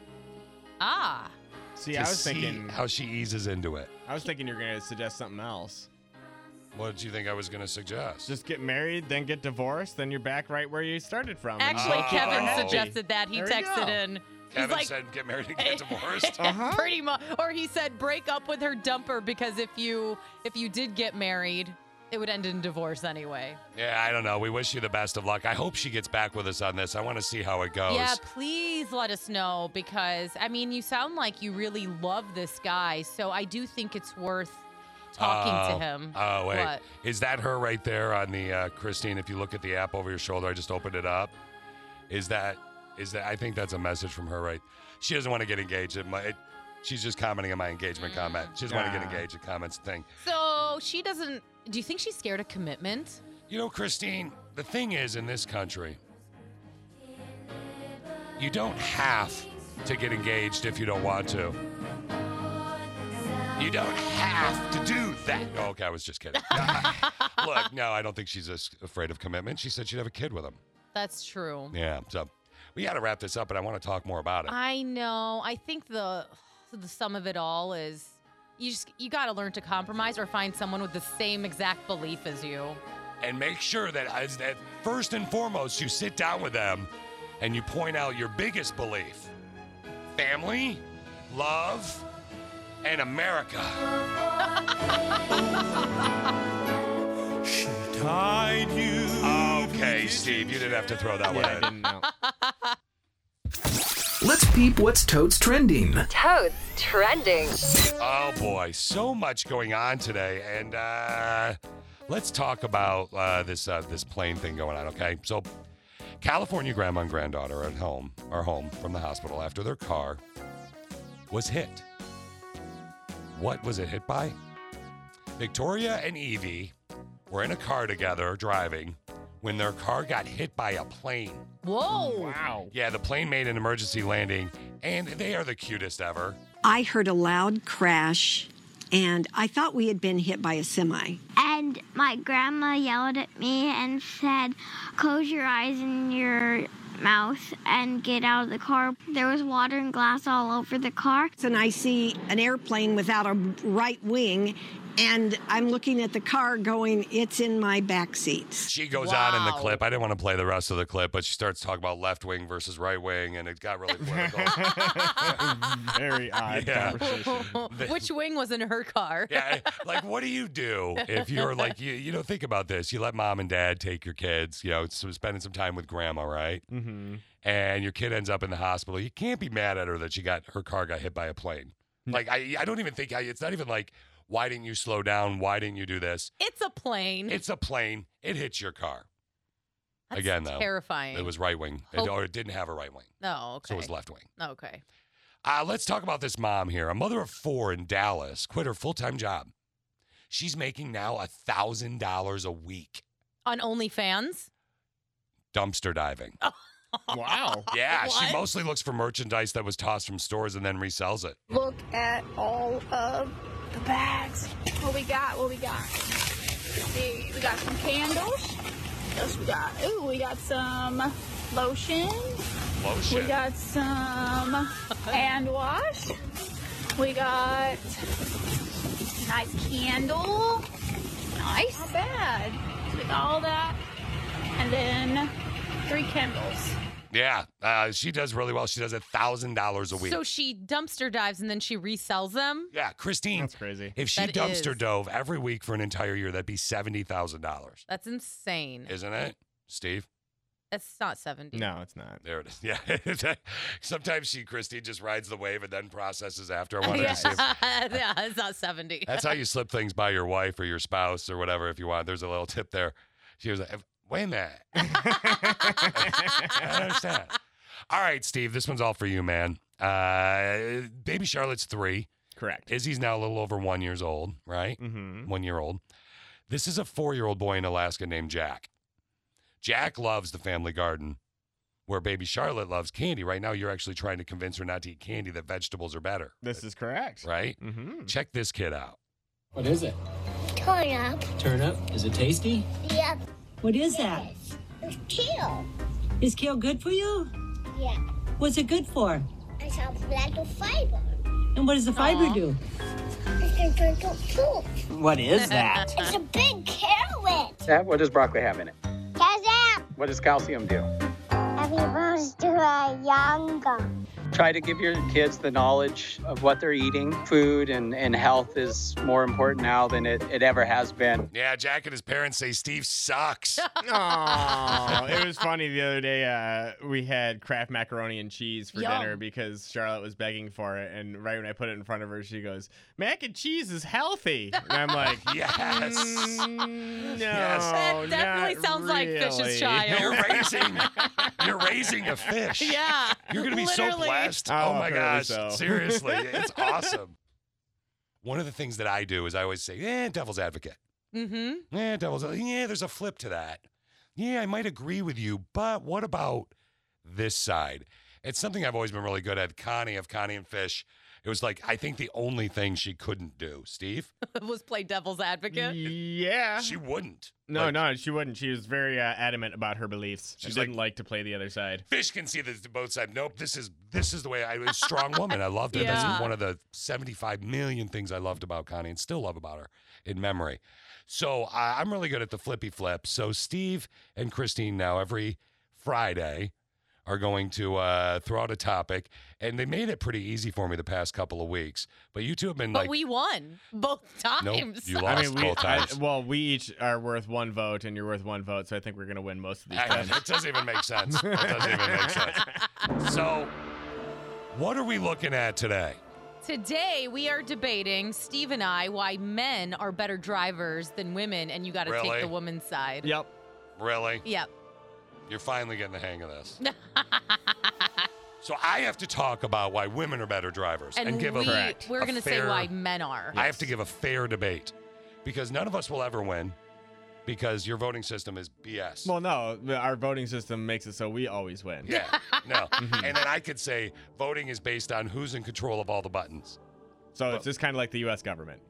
[SPEAKER 5] Ah,
[SPEAKER 1] See,
[SPEAKER 6] to
[SPEAKER 1] I was
[SPEAKER 6] see
[SPEAKER 1] thinking-
[SPEAKER 6] how she eases into it.
[SPEAKER 1] I was thinking you're gonna suggest something else.
[SPEAKER 6] What did you think I was gonna suggest?
[SPEAKER 1] Just get married, then get divorced, then you're back right where you started from. and
[SPEAKER 5] Actually,
[SPEAKER 1] just keep her
[SPEAKER 5] Kevin
[SPEAKER 1] happy.
[SPEAKER 5] suggested that. He
[SPEAKER 1] There we
[SPEAKER 5] texted
[SPEAKER 1] go.
[SPEAKER 5] in.
[SPEAKER 6] Kevin
[SPEAKER 5] He's like,
[SPEAKER 6] said, "Get married and get divorced."
[SPEAKER 5] pretty much. Or he said, break up with her dumper because if you if you did get married, it would end in divorce anyway.
[SPEAKER 6] Yeah, I don't know. We wish you the best of luck. I hope she gets back with us on this. I want to see how it goes.
[SPEAKER 5] Yeah, please let us know because I mean, you sound like you really love this guy, so I do think it's worth talking
[SPEAKER 6] Oh,
[SPEAKER 5] to him.
[SPEAKER 6] Oh wait,
[SPEAKER 5] What?
[SPEAKER 6] is that her right there on the uh, Christine? If you look at the app over your shoulder, I just opened it up. Is that is that? I think that's a message from her, right? She doesn't want to get engaged. It, might- it, she's just commenting on my engagement
[SPEAKER 5] Mm.
[SPEAKER 6] comment. She doesn't want to get
[SPEAKER 1] Ah.
[SPEAKER 6] engaged. It comments thing.
[SPEAKER 5] So she doesn't. Do you think she's scared of commitment?
[SPEAKER 6] You know, Christine, the thing is in this country, you don't have to get engaged if you don't want to. You don't have to do that. Oh, okay, I was just kidding. Look, no, I don't think she's as afraid of commitment. She said she'd have a kid with him.
[SPEAKER 5] That's true.
[SPEAKER 6] Yeah, so we got to wrap this up, and I want to talk more about it.
[SPEAKER 5] I know. I think the the sum of it all is you just you got to learn to compromise or find someone with the same exact belief as you.
[SPEAKER 6] and make sure that, as, that first and foremost, you sit down with them and you point out your biggest belief family, love, and America.
[SPEAKER 7] Tied you.
[SPEAKER 6] Okay, Steve, you didn't have to throw that one in.
[SPEAKER 18] Let's peep what's totes trending.
[SPEAKER 21] Toads trending.
[SPEAKER 6] Oh boy, so much going on today, and uh, let's talk about uh, this uh, this plane thing going on. Okay, so California grandma and granddaughter are at home are home from the hospital after their car was hit. What was it hit by? Victoria and Evie were in a car together driving when their car got hit by a plane.
[SPEAKER 5] Whoa!
[SPEAKER 1] Wow.
[SPEAKER 6] Yeah, the plane made an emergency landing, and they are the cutest ever.
[SPEAKER 24] I heard a loud crash and I thought we had been hit by a semi.
[SPEAKER 19] And my grandma yelled at me and said, Close your eyes and your mouth and get out of the car. There was water and glass all over the car.
[SPEAKER 24] And I see an airplane without a right wing and I'm looking at the car going, it's in my back seat.
[SPEAKER 6] She goes on in the clip. I didn't want to play the rest of the clip, but she starts talking about left wing versus right wing, and it got really political.
[SPEAKER 2] Ah.
[SPEAKER 1] Very odd
[SPEAKER 6] Yeah.
[SPEAKER 1] conversation.
[SPEAKER 6] The-
[SPEAKER 5] Which wing was in her car?
[SPEAKER 6] yeah, like what do you do if you're like you? You know, think about this. You let mom and dad take your kids. You know, so spending some time with grandma, right?
[SPEAKER 1] Mm-hmm.
[SPEAKER 6] And your kid ends up in the hospital. You can't be mad at her that she got her car got hit by a plane. Like I, I don't even think I, it's not even like why didn't you slow down? Why didn't you do this?
[SPEAKER 5] It's a plane.
[SPEAKER 6] It's a plane. It hits your car.
[SPEAKER 5] That's
[SPEAKER 6] Again, though,
[SPEAKER 5] terrifying.
[SPEAKER 6] It was right wing, It-
[SPEAKER 5] Hope-
[SPEAKER 6] or it didn't have a right wing.
[SPEAKER 5] No, okay.
[SPEAKER 6] So it was left wing.
[SPEAKER 5] Okay.
[SPEAKER 6] Uh, let's talk about this mom here. A mother of four in Dallas quit her full time job. She's making now a thousand dollars a week
[SPEAKER 5] On OnlyFans?
[SPEAKER 6] dumpster diving.
[SPEAKER 1] Wow.
[SPEAKER 6] Yeah, she mostly looks for merchandise that was tossed from stores and then resells it.
[SPEAKER 19] Look at all of the bags. What we got, what we got. See, we got some candles. What else we got? Ooh, we got some lotion.
[SPEAKER 6] Lotion.
[SPEAKER 19] We got some hand wash. We got nice candle. Nice. Not bad. So we got all that. And then three candles.
[SPEAKER 6] Yeah, uh, she does really well. She does a thousand dollars a week.
[SPEAKER 5] So she dumpster dives and then she resells them.
[SPEAKER 6] yeah, Christine. That's
[SPEAKER 1] crazy.
[SPEAKER 6] If she
[SPEAKER 5] That
[SPEAKER 6] dumpster
[SPEAKER 5] is-
[SPEAKER 6] dove every week for an entire year, that'd be seventy thousand dollars,
[SPEAKER 5] That's insane.
[SPEAKER 6] isn't it, Steve?
[SPEAKER 5] That's not 70.
[SPEAKER 1] it's not.
[SPEAKER 6] There it is. Yeah. Sometimes she, Christine, just rides the wave and then processes after. I wanted
[SPEAKER 5] yeah.
[SPEAKER 6] to see. If,
[SPEAKER 5] yeah, it's not 70.
[SPEAKER 6] That's how you slip things by your wife or your spouse or whatever if you want. There's a little tip there. She was like, wait a minute. I don't understand. All right, Steve, this one's all for you, man. Uh, baby Charlotte's three.
[SPEAKER 1] Correct.
[SPEAKER 6] Izzy's now a little over one years old, right?
[SPEAKER 1] Mhm.
[SPEAKER 6] One year old. This is a four-year-old boy in Alaska named Jack. Jack loves the family garden, where baby Charlotte loves candy. Right now, you're actually trying to convince her not to eat candy that vegetables are better,
[SPEAKER 1] This is correct. Mm-hmm.
[SPEAKER 6] right? Check this kid out.
[SPEAKER 25] What is it?
[SPEAKER 14] Turnip.
[SPEAKER 25] Turnip? Is it tasty?
[SPEAKER 14] Yep. What is that? It's kale. Is kale good for you? Yeah. What's it good for? It's a plant of fiber. And what does the fiber do? It can turn to poop.
[SPEAKER 25] What is that?
[SPEAKER 14] It's a big carrot.
[SPEAKER 25] That- what does broccoli have in it?
[SPEAKER 14] Kazam.
[SPEAKER 25] What does calcium do?
[SPEAKER 14] Happy birthday, younger.
[SPEAKER 25] Try to give your kids the knowledge of what they're eating. Food and, and health is more important now than it, it ever has been.
[SPEAKER 6] Yeah, Jack and his parents say Steve sucks.
[SPEAKER 1] Oh, it was funny the other day. Uh, we had Kraft macaroni and cheese for dinner
[SPEAKER 6] Yum.
[SPEAKER 1] because Charlotte was begging for it, and right when I put it in front of her, she goes, "Mac and cheese is healthy," and I'm like,
[SPEAKER 6] "Yes,
[SPEAKER 1] Mm, no,
[SPEAKER 5] That definitely
[SPEAKER 1] not
[SPEAKER 5] sounds like Fish's
[SPEAKER 1] really."
[SPEAKER 5] child.
[SPEAKER 6] You're raising, you're raising a fish.
[SPEAKER 5] Yeah.
[SPEAKER 6] You're gonna be so
[SPEAKER 5] literally.
[SPEAKER 6] blessed.
[SPEAKER 1] Oh,
[SPEAKER 6] Oh, my
[SPEAKER 1] apparently
[SPEAKER 6] gosh,
[SPEAKER 1] so.
[SPEAKER 6] seriously, it's awesome. One of the things that I do is I always say, "Yeah, devil's advocate."
[SPEAKER 5] Mm-hmm.
[SPEAKER 6] Yeah, devil's. Yeah, there's a flip to that. Yeah, I might agree with you, but what about this side? It's something I've always been really good at. Connie of Connie and Fish. It was like I think the only thing she couldn't do, Steve.
[SPEAKER 5] was play devil's advocate.
[SPEAKER 1] Yeah.
[SPEAKER 6] She wouldn't.
[SPEAKER 1] No, no, she wouldn't. She was very uh, adamant about her beliefs. She
[SPEAKER 6] She's
[SPEAKER 1] didn't like, to play the other side.
[SPEAKER 6] Fish can see the, the both sides. Nope, this is this is the way I was a strong woman. I loved her.
[SPEAKER 5] Yeah.
[SPEAKER 6] That's one of the 75 million things I loved about Connie and still love about her in memory. So I I'm really good at the flippy flip. So Steve and Christine now every Friday are going to uh, throw out a topic, and they made it pretty easy for me the past couple of weeks. But you two have been
[SPEAKER 5] But
[SPEAKER 6] like,
[SPEAKER 5] we won both times.
[SPEAKER 6] you lost
[SPEAKER 1] I mean, we,
[SPEAKER 6] both
[SPEAKER 1] I-
[SPEAKER 6] times.
[SPEAKER 1] well, we each are worth one vote, and you're worth one vote, so I think we're going to win most of these
[SPEAKER 6] I-
[SPEAKER 1] times.
[SPEAKER 6] it doesn't even make sense. It doesn't even make sense. So, what are we looking at today?
[SPEAKER 5] Today we are debating Steve and I why men are better drivers than women, and you got to
[SPEAKER 6] Really?
[SPEAKER 5] take the woman's side.
[SPEAKER 1] Yep.
[SPEAKER 6] Really?
[SPEAKER 5] Yep.
[SPEAKER 6] You're finally getting the hang of this. so I have to talk about why women are better drivers and,
[SPEAKER 5] And,
[SPEAKER 6] give
[SPEAKER 5] we,
[SPEAKER 6] a
[SPEAKER 5] we're
[SPEAKER 6] a
[SPEAKER 5] going to say
[SPEAKER 6] fair-
[SPEAKER 5] why men are.
[SPEAKER 6] I have to give a fair debate because none of us will ever win because your voting system is BS.
[SPEAKER 1] Well, no, the- our voting system makes it so we always win.
[SPEAKER 6] Yeah, no. and then I could say voting is based on who's in control of all the buttons.
[SPEAKER 1] So it's just kind of like the U.S. government.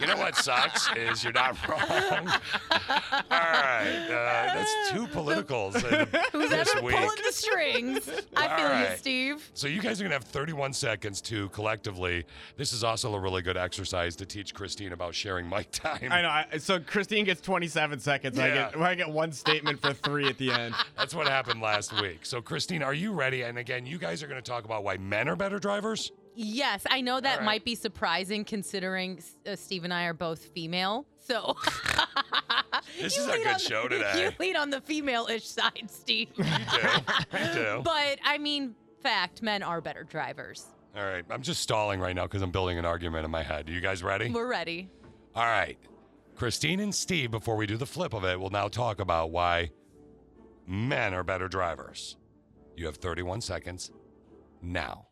[SPEAKER 6] You know what sucks is you're not wrong. All right, uh, that's two politicals in
[SPEAKER 5] Who's
[SPEAKER 6] this
[SPEAKER 5] ever
[SPEAKER 6] week.
[SPEAKER 5] pulling the strings? I feel
[SPEAKER 6] All
[SPEAKER 5] you,
[SPEAKER 6] right.
[SPEAKER 5] Steve.
[SPEAKER 6] So you guys are gonna have 31 seconds to collectively. This is also a really good exercise to teach Christine about sharing mic time.
[SPEAKER 1] I know. I, so Christine gets 27 seconds. I
[SPEAKER 6] Yeah.
[SPEAKER 1] get I get one statement for three at the end.
[SPEAKER 6] That's what happened last week. So Christine, are you ready? And again, you guys are gonna talk about why men are better drivers.
[SPEAKER 5] Yes, I know that
[SPEAKER 6] right.
[SPEAKER 5] might be surprising considering uh, Steve and I are both female. So
[SPEAKER 6] This
[SPEAKER 5] You
[SPEAKER 6] is a
[SPEAKER 5] lead
[SPEAKER 6] good
[SPEAKER 5] on the-
[SPEAKER 6] show today.
[SPEAKER 5] You lead on the female-ish side, Steve.
[SPEAKER 6] We do.
[SPEAKER 5] but I mean, fact, men are better drivers.
[SPEAKER 6] All right, I'm just stalling right now because I'm building an argument in my head. Are you guys ready?
[SPEAKER 5] We're ready.
[SPEAKER 6] All right. Christine and Steve, before we do the flip of it, will now talk about why men are better drivers. You have 31 seconds now.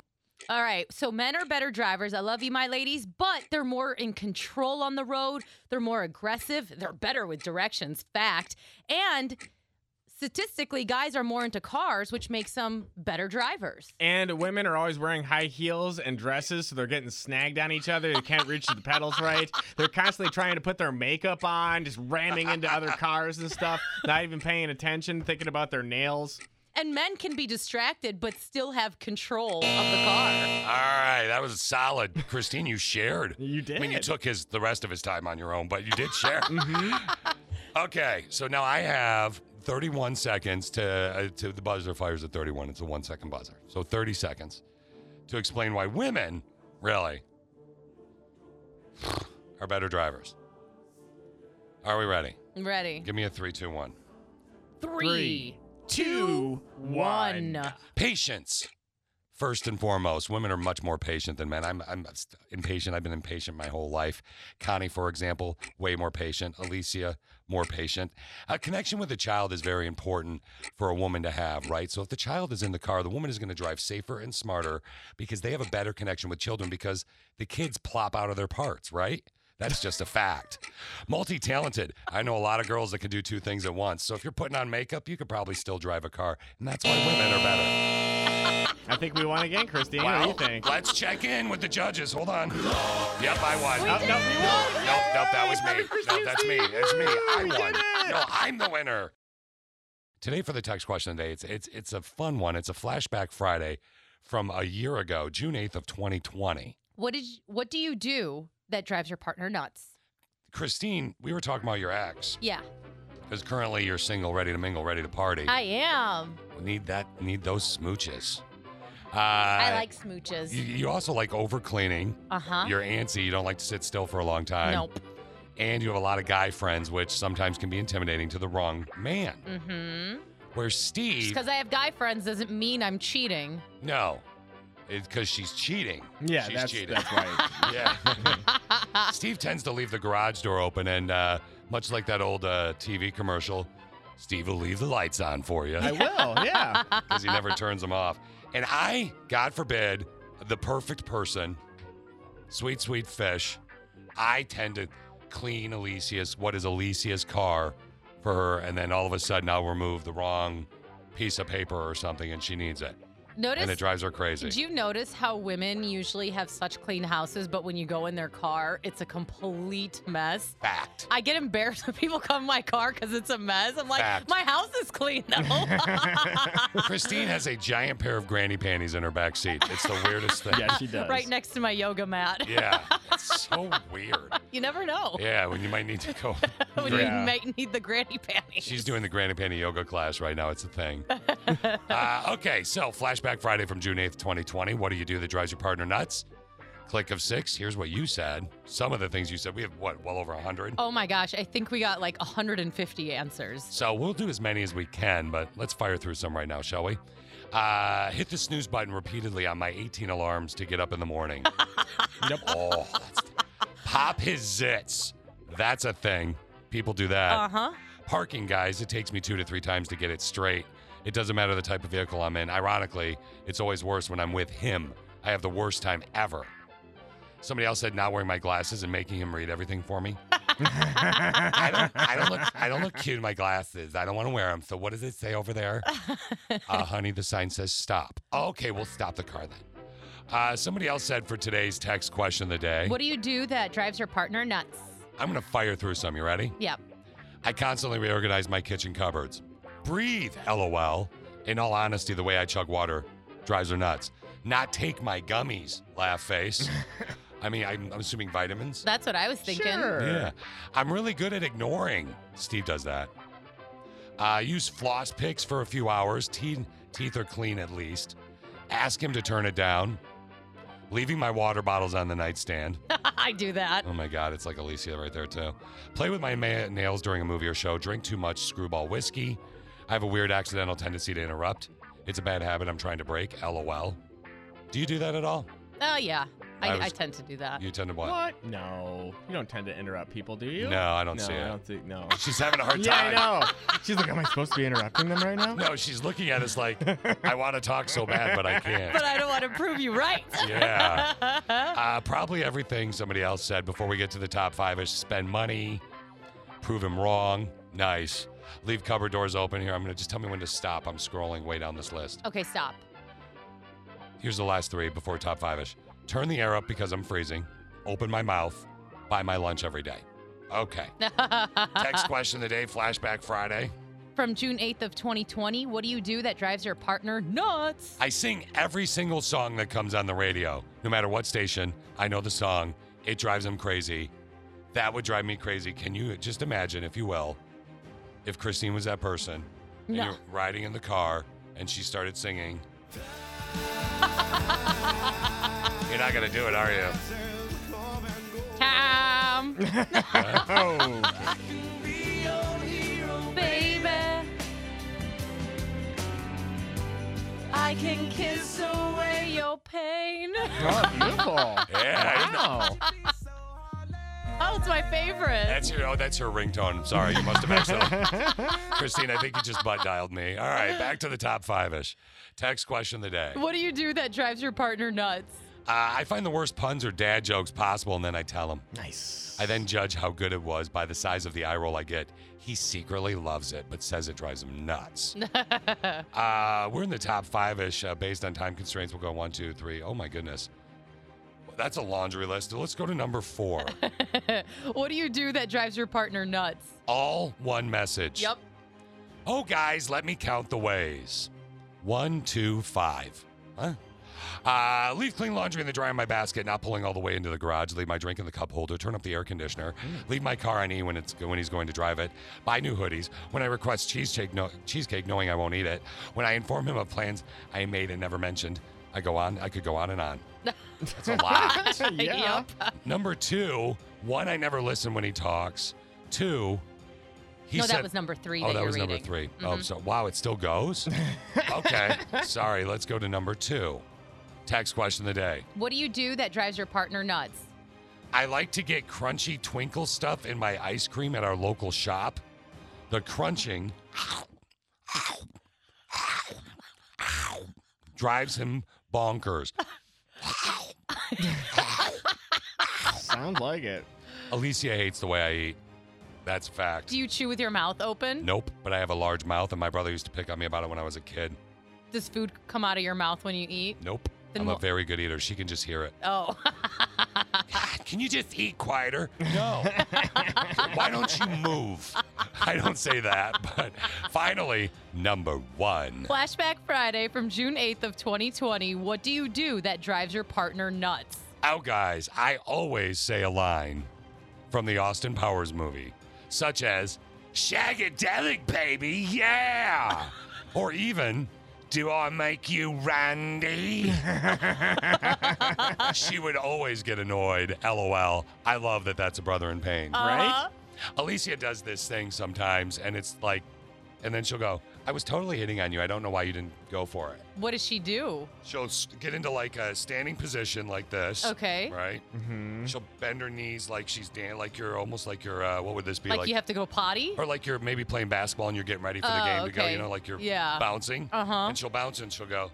[SPEAKER 5] All right. So men are better drivers. I love you, my ladies, but they're more in control on the road. They're more aggressive. They're better with directions. Fact. And statistically, guys are more into cars, which makes them better drivers.
[SPEAKER 1] And women are always wearing high heels and dresses, so they're getting snagged on each other. They can't reach the pedals right. They're constantly trying to put their makeup on, just ramming into other cars and stuff, not even paying attention, thinking about their nails.
[SPEAKER 5] And men can be distracted, but still have control of the car.
[SPEAKER 6] All right, that was solid. Christine, you shared. You
[SPEAKER 1] did.
[SPEAKER 6] I mean, you took his the rest of his time on your own, but you did share. Okay, so now I have 31 seconds to uh, to the buzzer fires at 31. It's a one second buzzer, so 30 seconds to explain why women really are better drivers. Are we ready?
[SPEAKER 5] I'm ready.
[SPEAKER 6] Give me a three, two, one.
[SPEAKER 5] Three, two, one.
[SPEAKER 6] Patience. First and foremost, women are much more patient than men. I'm, I'm st- impatient. I've been impatient my whole life. Connie, for example, way more patient. Alicia, more patient. A connection with a child is very important for a woman to have, right? So if the child is in the car, the woman is going to drive safer and smarter because they have a better connection with children because the kids plop out of their parts, right? That's just a fact. Multi talented. I know a lot of girls that can do two things at once. So if you're putting on makeup, you could probably still drive a car. And that's why women are better.
[SPEAKER 1] I think we won again, Christine.
[SPEAKER 6] Well,
[SPEAKER 1] what do you think?
[SPEAKER 6] Let's check in with the judges. Hold on. Yep, I won.
[SPEAKER 1] We
[SPEAKER 6] Nope,
[SPEAKER 1] did
[SPEAKER 6] nope,
[SPEAKER 1] it!
[SPEAKER 6] nope, nope, nope, that was
[SPEAKER 1] Happy
[SPEAKER 6] me. No, that's me.
[SPEAKER 1] Christmas Eve.
[SPEAKER 6] That's me. I
[SPEAKER 1] Woo, we
[SPEAKER 6] won.
[SPEAKER 1] did it!
[SPEAKER 6] No, I'm the winner. Today for the text question today, it's it's it's a fun one. It's a flashback Friday from a year ago, June 8th of 2020.
[SPEAKER 5] What did? You, what do you do that drives your partner nuts?
[SPEAKER 6] Christine, we were talking about your ex.
[SPEAKER 5] Yeah,
[SPEAKER 6] Because currently you're single, ready to mingle, ready to party.
[SPEAKER 5] I am.
[SPEAKER 6] We need that need those smooches. Uh,
[SPEAKER 5] I like smooches.
[SPEAKER 6] you, you also like over cleaning.
[SPEAKER 5] Uh-huh.
[SPEAKER 6] You're antsy. You don't like to sit still for a long time.
[SPEAKER 5] Nope.
[SPEAKER 6] And you have a lot of guy friends, which sometimes can be intimidating to the wrong man.
[SPEAKER 5] mm-hmm.
[SPEAKER 6] Where
[SPEAKER 5] Just
[SPEAKER 6] Steve,
[SPEAKER 5] because I have guy friends doesn't mean I'm cheating.
[SPEAKER 6] no, it's because she's cheating.
[SPEAKER 1] Yeah,
[SPEAKER 6] she's
[SPEAKER 1] that's-
[SPEAKER 6] cheating.
[SPEAKER 1] that's right.
[SPEAKER 6] yeah. Steve tends to leave the garage door open, and uh, much like that old uh, TV commercial, Steve will leave the lights on for you.
[SPEAKER 1] I will, yeah.
[SPEAKER 6] because he never turns them off. And I, God forbid, the perfect person, sweet, sweet fish, I tend to clean Alicia's, what is Alicia's car for her. And then all of a sudden I'll remove the wrong piece of paper or something and she needs it.
[SPEAKER 5] Notice.
[SPEAKER 6] and it drives her crazy.
[SPEAKER 5] Did you notice how women usually have such clean houses, but when you go in their car, it's a complete mess?
[SPEAKER 6] Fact.
[SPEAKER 5] I get embarrassed when people come in my car because it's a mess. I'm like,
[SPEAKER 6] Fact.
[SPEAKER 5] my house is clean though.
[SPEAKER 6] Christine has a giant pair of granny panties in her back seat. It's the weirdest thing.
[SPEAKER 1] Yeah, she
[SPEAKER 5] right next to my yoga mat.
[SPEAKER 6] Yeah, it's so weird.
[SPEAKER 5] you never know.
[SPEAKER 6] Yeah, when you might need to go.
[SPEAKER 5] when
[SPEAKER 6] Yeah.
[SPEAKER 5] you might need the granny panties.
[SPEAKER 6] She's doing the Granny Panty Yoga class right now. It's a thing. uh, okay, so Flashback Friday from June 8th, 2020. What do you do that drives your partner nuts? Click of six. Here's what you said. Some of the things you said. We have, what, well over 100?
[SPEAKER 5] Oh my gosh, I think we got like 150 answers.
[SPEAKER 6] So we'll do as many as we can, but let's fire through some right now, shall we? Uh, hit the snooze button repeatedly on my 18 alarms to get up in the morning. yep. Oh, that's, pop his zits. That's a thing. People do that.
[SPEAKER 5] Uh-huh.
[SPEAKER 6] Parking, guys, it takes me two to three times to get it straight. It doesn't matter the type of vehicle I'm in. Ironically, it's always worse when I'm with him. I have the worst time ever. Somebody else said not wearing my glasses and making him read everything for me. I don't, I don't look. I don't look cute in my glasses. I don't want to wear them. So what does it say over there? uh, honey, the sign says stop. Okay, we'll stop the car then. Uh, somebody else said for today's text question of the day.
[SPEAKER 5] What do you do that drives your partner nuts?
[SPEAKER 6] I'm gonna fire through some. You ready?
[SPEAKER 5] Yep.
[SPEAKER 6] I constantly reorganize my kitchen cupboards. Breathe, lol. In all honesty, the way I chug water drives her nuts. Not take my gummies, laugh face. I mean, I'm, I'm assuming vitamins.
[SPEAKER 5] That's what I was thinking.
[SPEAKER 6] Yeah. I'm really good at ignoring. Steve does that. Uh, use floss picks for a few hours. Teeth, teeth are clean at least. Ask him to turn it down. Leaving my water bottles on the nightstand.
[SPEAKER 5] I do that.
[SPEAKER 6] Oh my God, it's like Alicia right there, too. Play with my ma- nails during a movie or show. Drink too much screwball whiskey. I have a weird accidental tendency to interrupt. It's a bad habit I'm trying to break. LOL. Do you do that at all?
[SPEAKER 5] Oh yeah, I,
[SPEAKER 6] I
[SPEAKER 5] I,
[SPEAKER 6] was-
[SPEAKER 5] tend to do that.
[SPEAKER 6] You tend to what?
[SPEAKER 1] No, you don't tend to interrupt people, do you?
[SPEAKER 6] No, I don't
[SPEAKER 1] no,
[SPEAKER 6] see it.
[SPEAKER 1] I don't think no.
[SPEAKER 6] She's having a hard time.
[SPEAKER 1] Yeah, I know. She's like, am I supposed to be interrupting them right now?
[SPEAKER 6] No, she's looking at us like, I want to talk so bad, but I can't.
[SPEAKER 5] But I don't want to prove you right.
[SPEAKER 6] Yeah. Uh, probably everything somebody else said before we get to the top five is spend money, prove him wrong. Nice. Leave cupboard doors open here. I'm going to just tell me when to stop. I'm scrolling way down this list.
[SPEAKER 5] okay, stop.
[SPEAKER 6] Here's the last three before top five ish. Turn the air up because I'm freezing. Open my mouth. Buy my lunch every day. Okay. Text question of the day, flashback Friday.
[SPEAKER 5] From June 8th of 2020, what do you do that drives your partner nuts?
[SPEAKER 6] I sing every single song that comes on the radio, no matter what station. I know the song. It drives them crazy. That would drive me crazy. Can you just imagine, if you will, if Christine was that person and
[SPEAKER 5] No.
[SPEAKER 6] you're riding in the car and she started singing? you're not gonna do it, are you?
[SPEAKER 5] Tom.
[SPEAKER 6] Oh.
[SPEAKER 5] Baby. I can kiss away your pain.
[SPEAKER 1] Oh, beautiful.
[SPEAKER 6] Yeah.
[SPEAKER 1] Wow.
[SPEAKER 5] Oh, it's my favorite.
[SPEAKER 6] That's your oh, that's your ringtone. I'm sorry, you must have accidentally. Christine, I think you just butt dialed me. All right, back to the top five ish. Text question of the day.
[SPEAKER 5] What do you do that drives your partner nuts?
[SPEAKER 6] Uh, I find the worst puns or dad jokes possible, and then I tell him.
[SPEAKER 1] Nice.
[SPEAKER 6] I then judge how good it was by the size of the eye roll I get. He secretly loves it, but says it drives him nuts. uh, we're in the top five ish uh, based on time constraints. We'll go one, two, three. Oh my goodness. Well, that's a laundry list. Let's go to number four.
[SPEAKER 5] What do you do that drives your partner nuts?
[SPEAKER 6] All one message.
[SPEAKER 5] Yep.
[SPEAKER 6] Oh, guys, let me count the ways. One, two, five. Huh? Uh, leave clean laundry in the dryer in my basket, not pulling all the way into the garage. Leave my drink in the cup holder. Turn up the air conditioner. Leave my car on E when it's when he's going to drive it. Buy new hoodies. When I request cheesecake, no, cheesecake, knowing I won't eat it. When I inform him of plans I made and never mentioned. I go on. I could go on and on. That's a lot.
[SPEAKER 5] Yeah.
[SPEAKER 6] Number two, one, I never listen when he talks. Two, he
[SPEAKER 5] No, that
[SPEAKER 6] said,
[SPEAKER 5] was number three
[SPEAKER 6] Oh,
[SPEAKER 5] that
[SPEAKER 6] that
[SPEAKER 5] you're
[SPEAKER 6] was number
[SPEAKER 5] reading. Mm-hmm.
[SPEAKER 6] 3 Oh, so wow, it still goes. okay, sorry. Let's go to number two. Text question of the day.
[SPEAKER 5] What do you do that drives your partner nuts?
[SPEAKER 6] I like to get crunchy twinkle stuff in my ice cream at our local shop. The crunching drives him bonkers.
[SPEAKER 1] Sounds like it.
[SPEAKER 6] Alicia hates the way I eat. That's a fact.
[SPEAKER 5] Do you chew with your mouth open?
[SPEAKER 6] Nope, but I have a large mouth, and my brother used to pick on me about it when I was a kid.
[SPEAKER 5] Does food come out of your mouth when you eat?
[SPEAKER 6] Nope.
[SPEAKER 5] Then
[SPEAKER 6] I'm a
[SPEAKER 5] what-
[SPEAKER 6] very good eater. She can just hear it.
[SPEAKER 5] Oh.
[SPEAKER 6] Ah, Can you just eat quieter? No. Why don't you move? I don't say that, but finally, number one.
[SPEAKER 5] Flashback Friday from June 8th of 2020. What do you do that drives your partner nuts?
[SPEAKER 6] Out, guys, I always say a line from the Austin Powers movie, such as, Shagadelic, baby, yeah! or even, Do I make you Randy? she would always get annoyed. LOL. I love that that's a brother in pain,
[SPEAKER 5] Uh.
[SPEAKER 1] Uh-huh.
[SPEAKER 6] right? Alicia does this thing sometimes, and it's like, and then she'll go, I was totally hitting on you. I don't know why you didn't go for it.
[SPEAKER 5] What does she do?
[SPEAKER 6] She'll s- get into like a standing position like this.
[SPEAKER 5] Okay.
[SPEAKER 6] Right? She'll bend her knees like she's dan- like you're almost like you're, uh, what would this be?
[SPEAKER 5] Like, you have to go potty?
[SPEAKER 6] Or like you're maybe playing basketball and you're getting ready for the
[SPEAKER 5] Oh,
[SPEAKER 6] game to go,
[SPEAKER 5] okay.
[SPEAKER 6] you know, like you're
[SPEAKER 5] Yeah.
[SPEAKER 6] bouncing.
[SPEAKER 5] Uh-huh.
[SPEAKER 6] And she'll bounce and she'll go,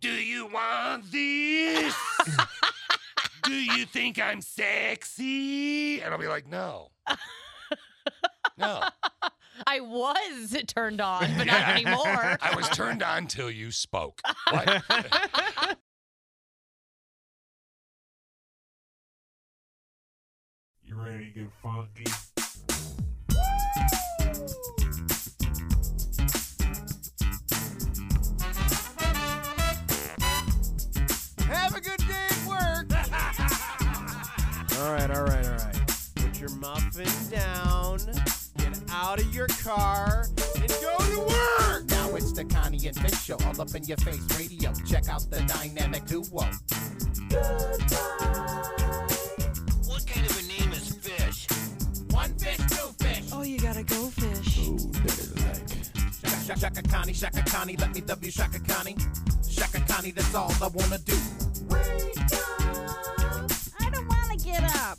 [SPEAKER 6] Do you want this? Do you think I'm sexy? And I'll be like, No. no.
[SPEAKER 5] I was turned on, but not anymore.
[SPEAKER 6] I was turned on till you spoke. Like,
[SPEAKER 15] You ready to get funky?
[SPEAKER 16] Have a good day at work.
[SPEAKER 15] All right, all right, all right. Put your muffin down, get out of your car, and go to work.
[SPEAKER 16] Now it's the Connie and Vic show, all up in your face radio. Check out the dynamic duo.
[SPEAKER 15] What kind of a name is fish?
[SPEAKER 16] One fish, two fish. Oh, you gotta go fish. Ooh, that is like. Shaka, shaka Connie, shaka Connie, let me W shaka Connie. Shaka Connie, that's all I wanna do.
[SPEAKER 17] I don't wanna get up.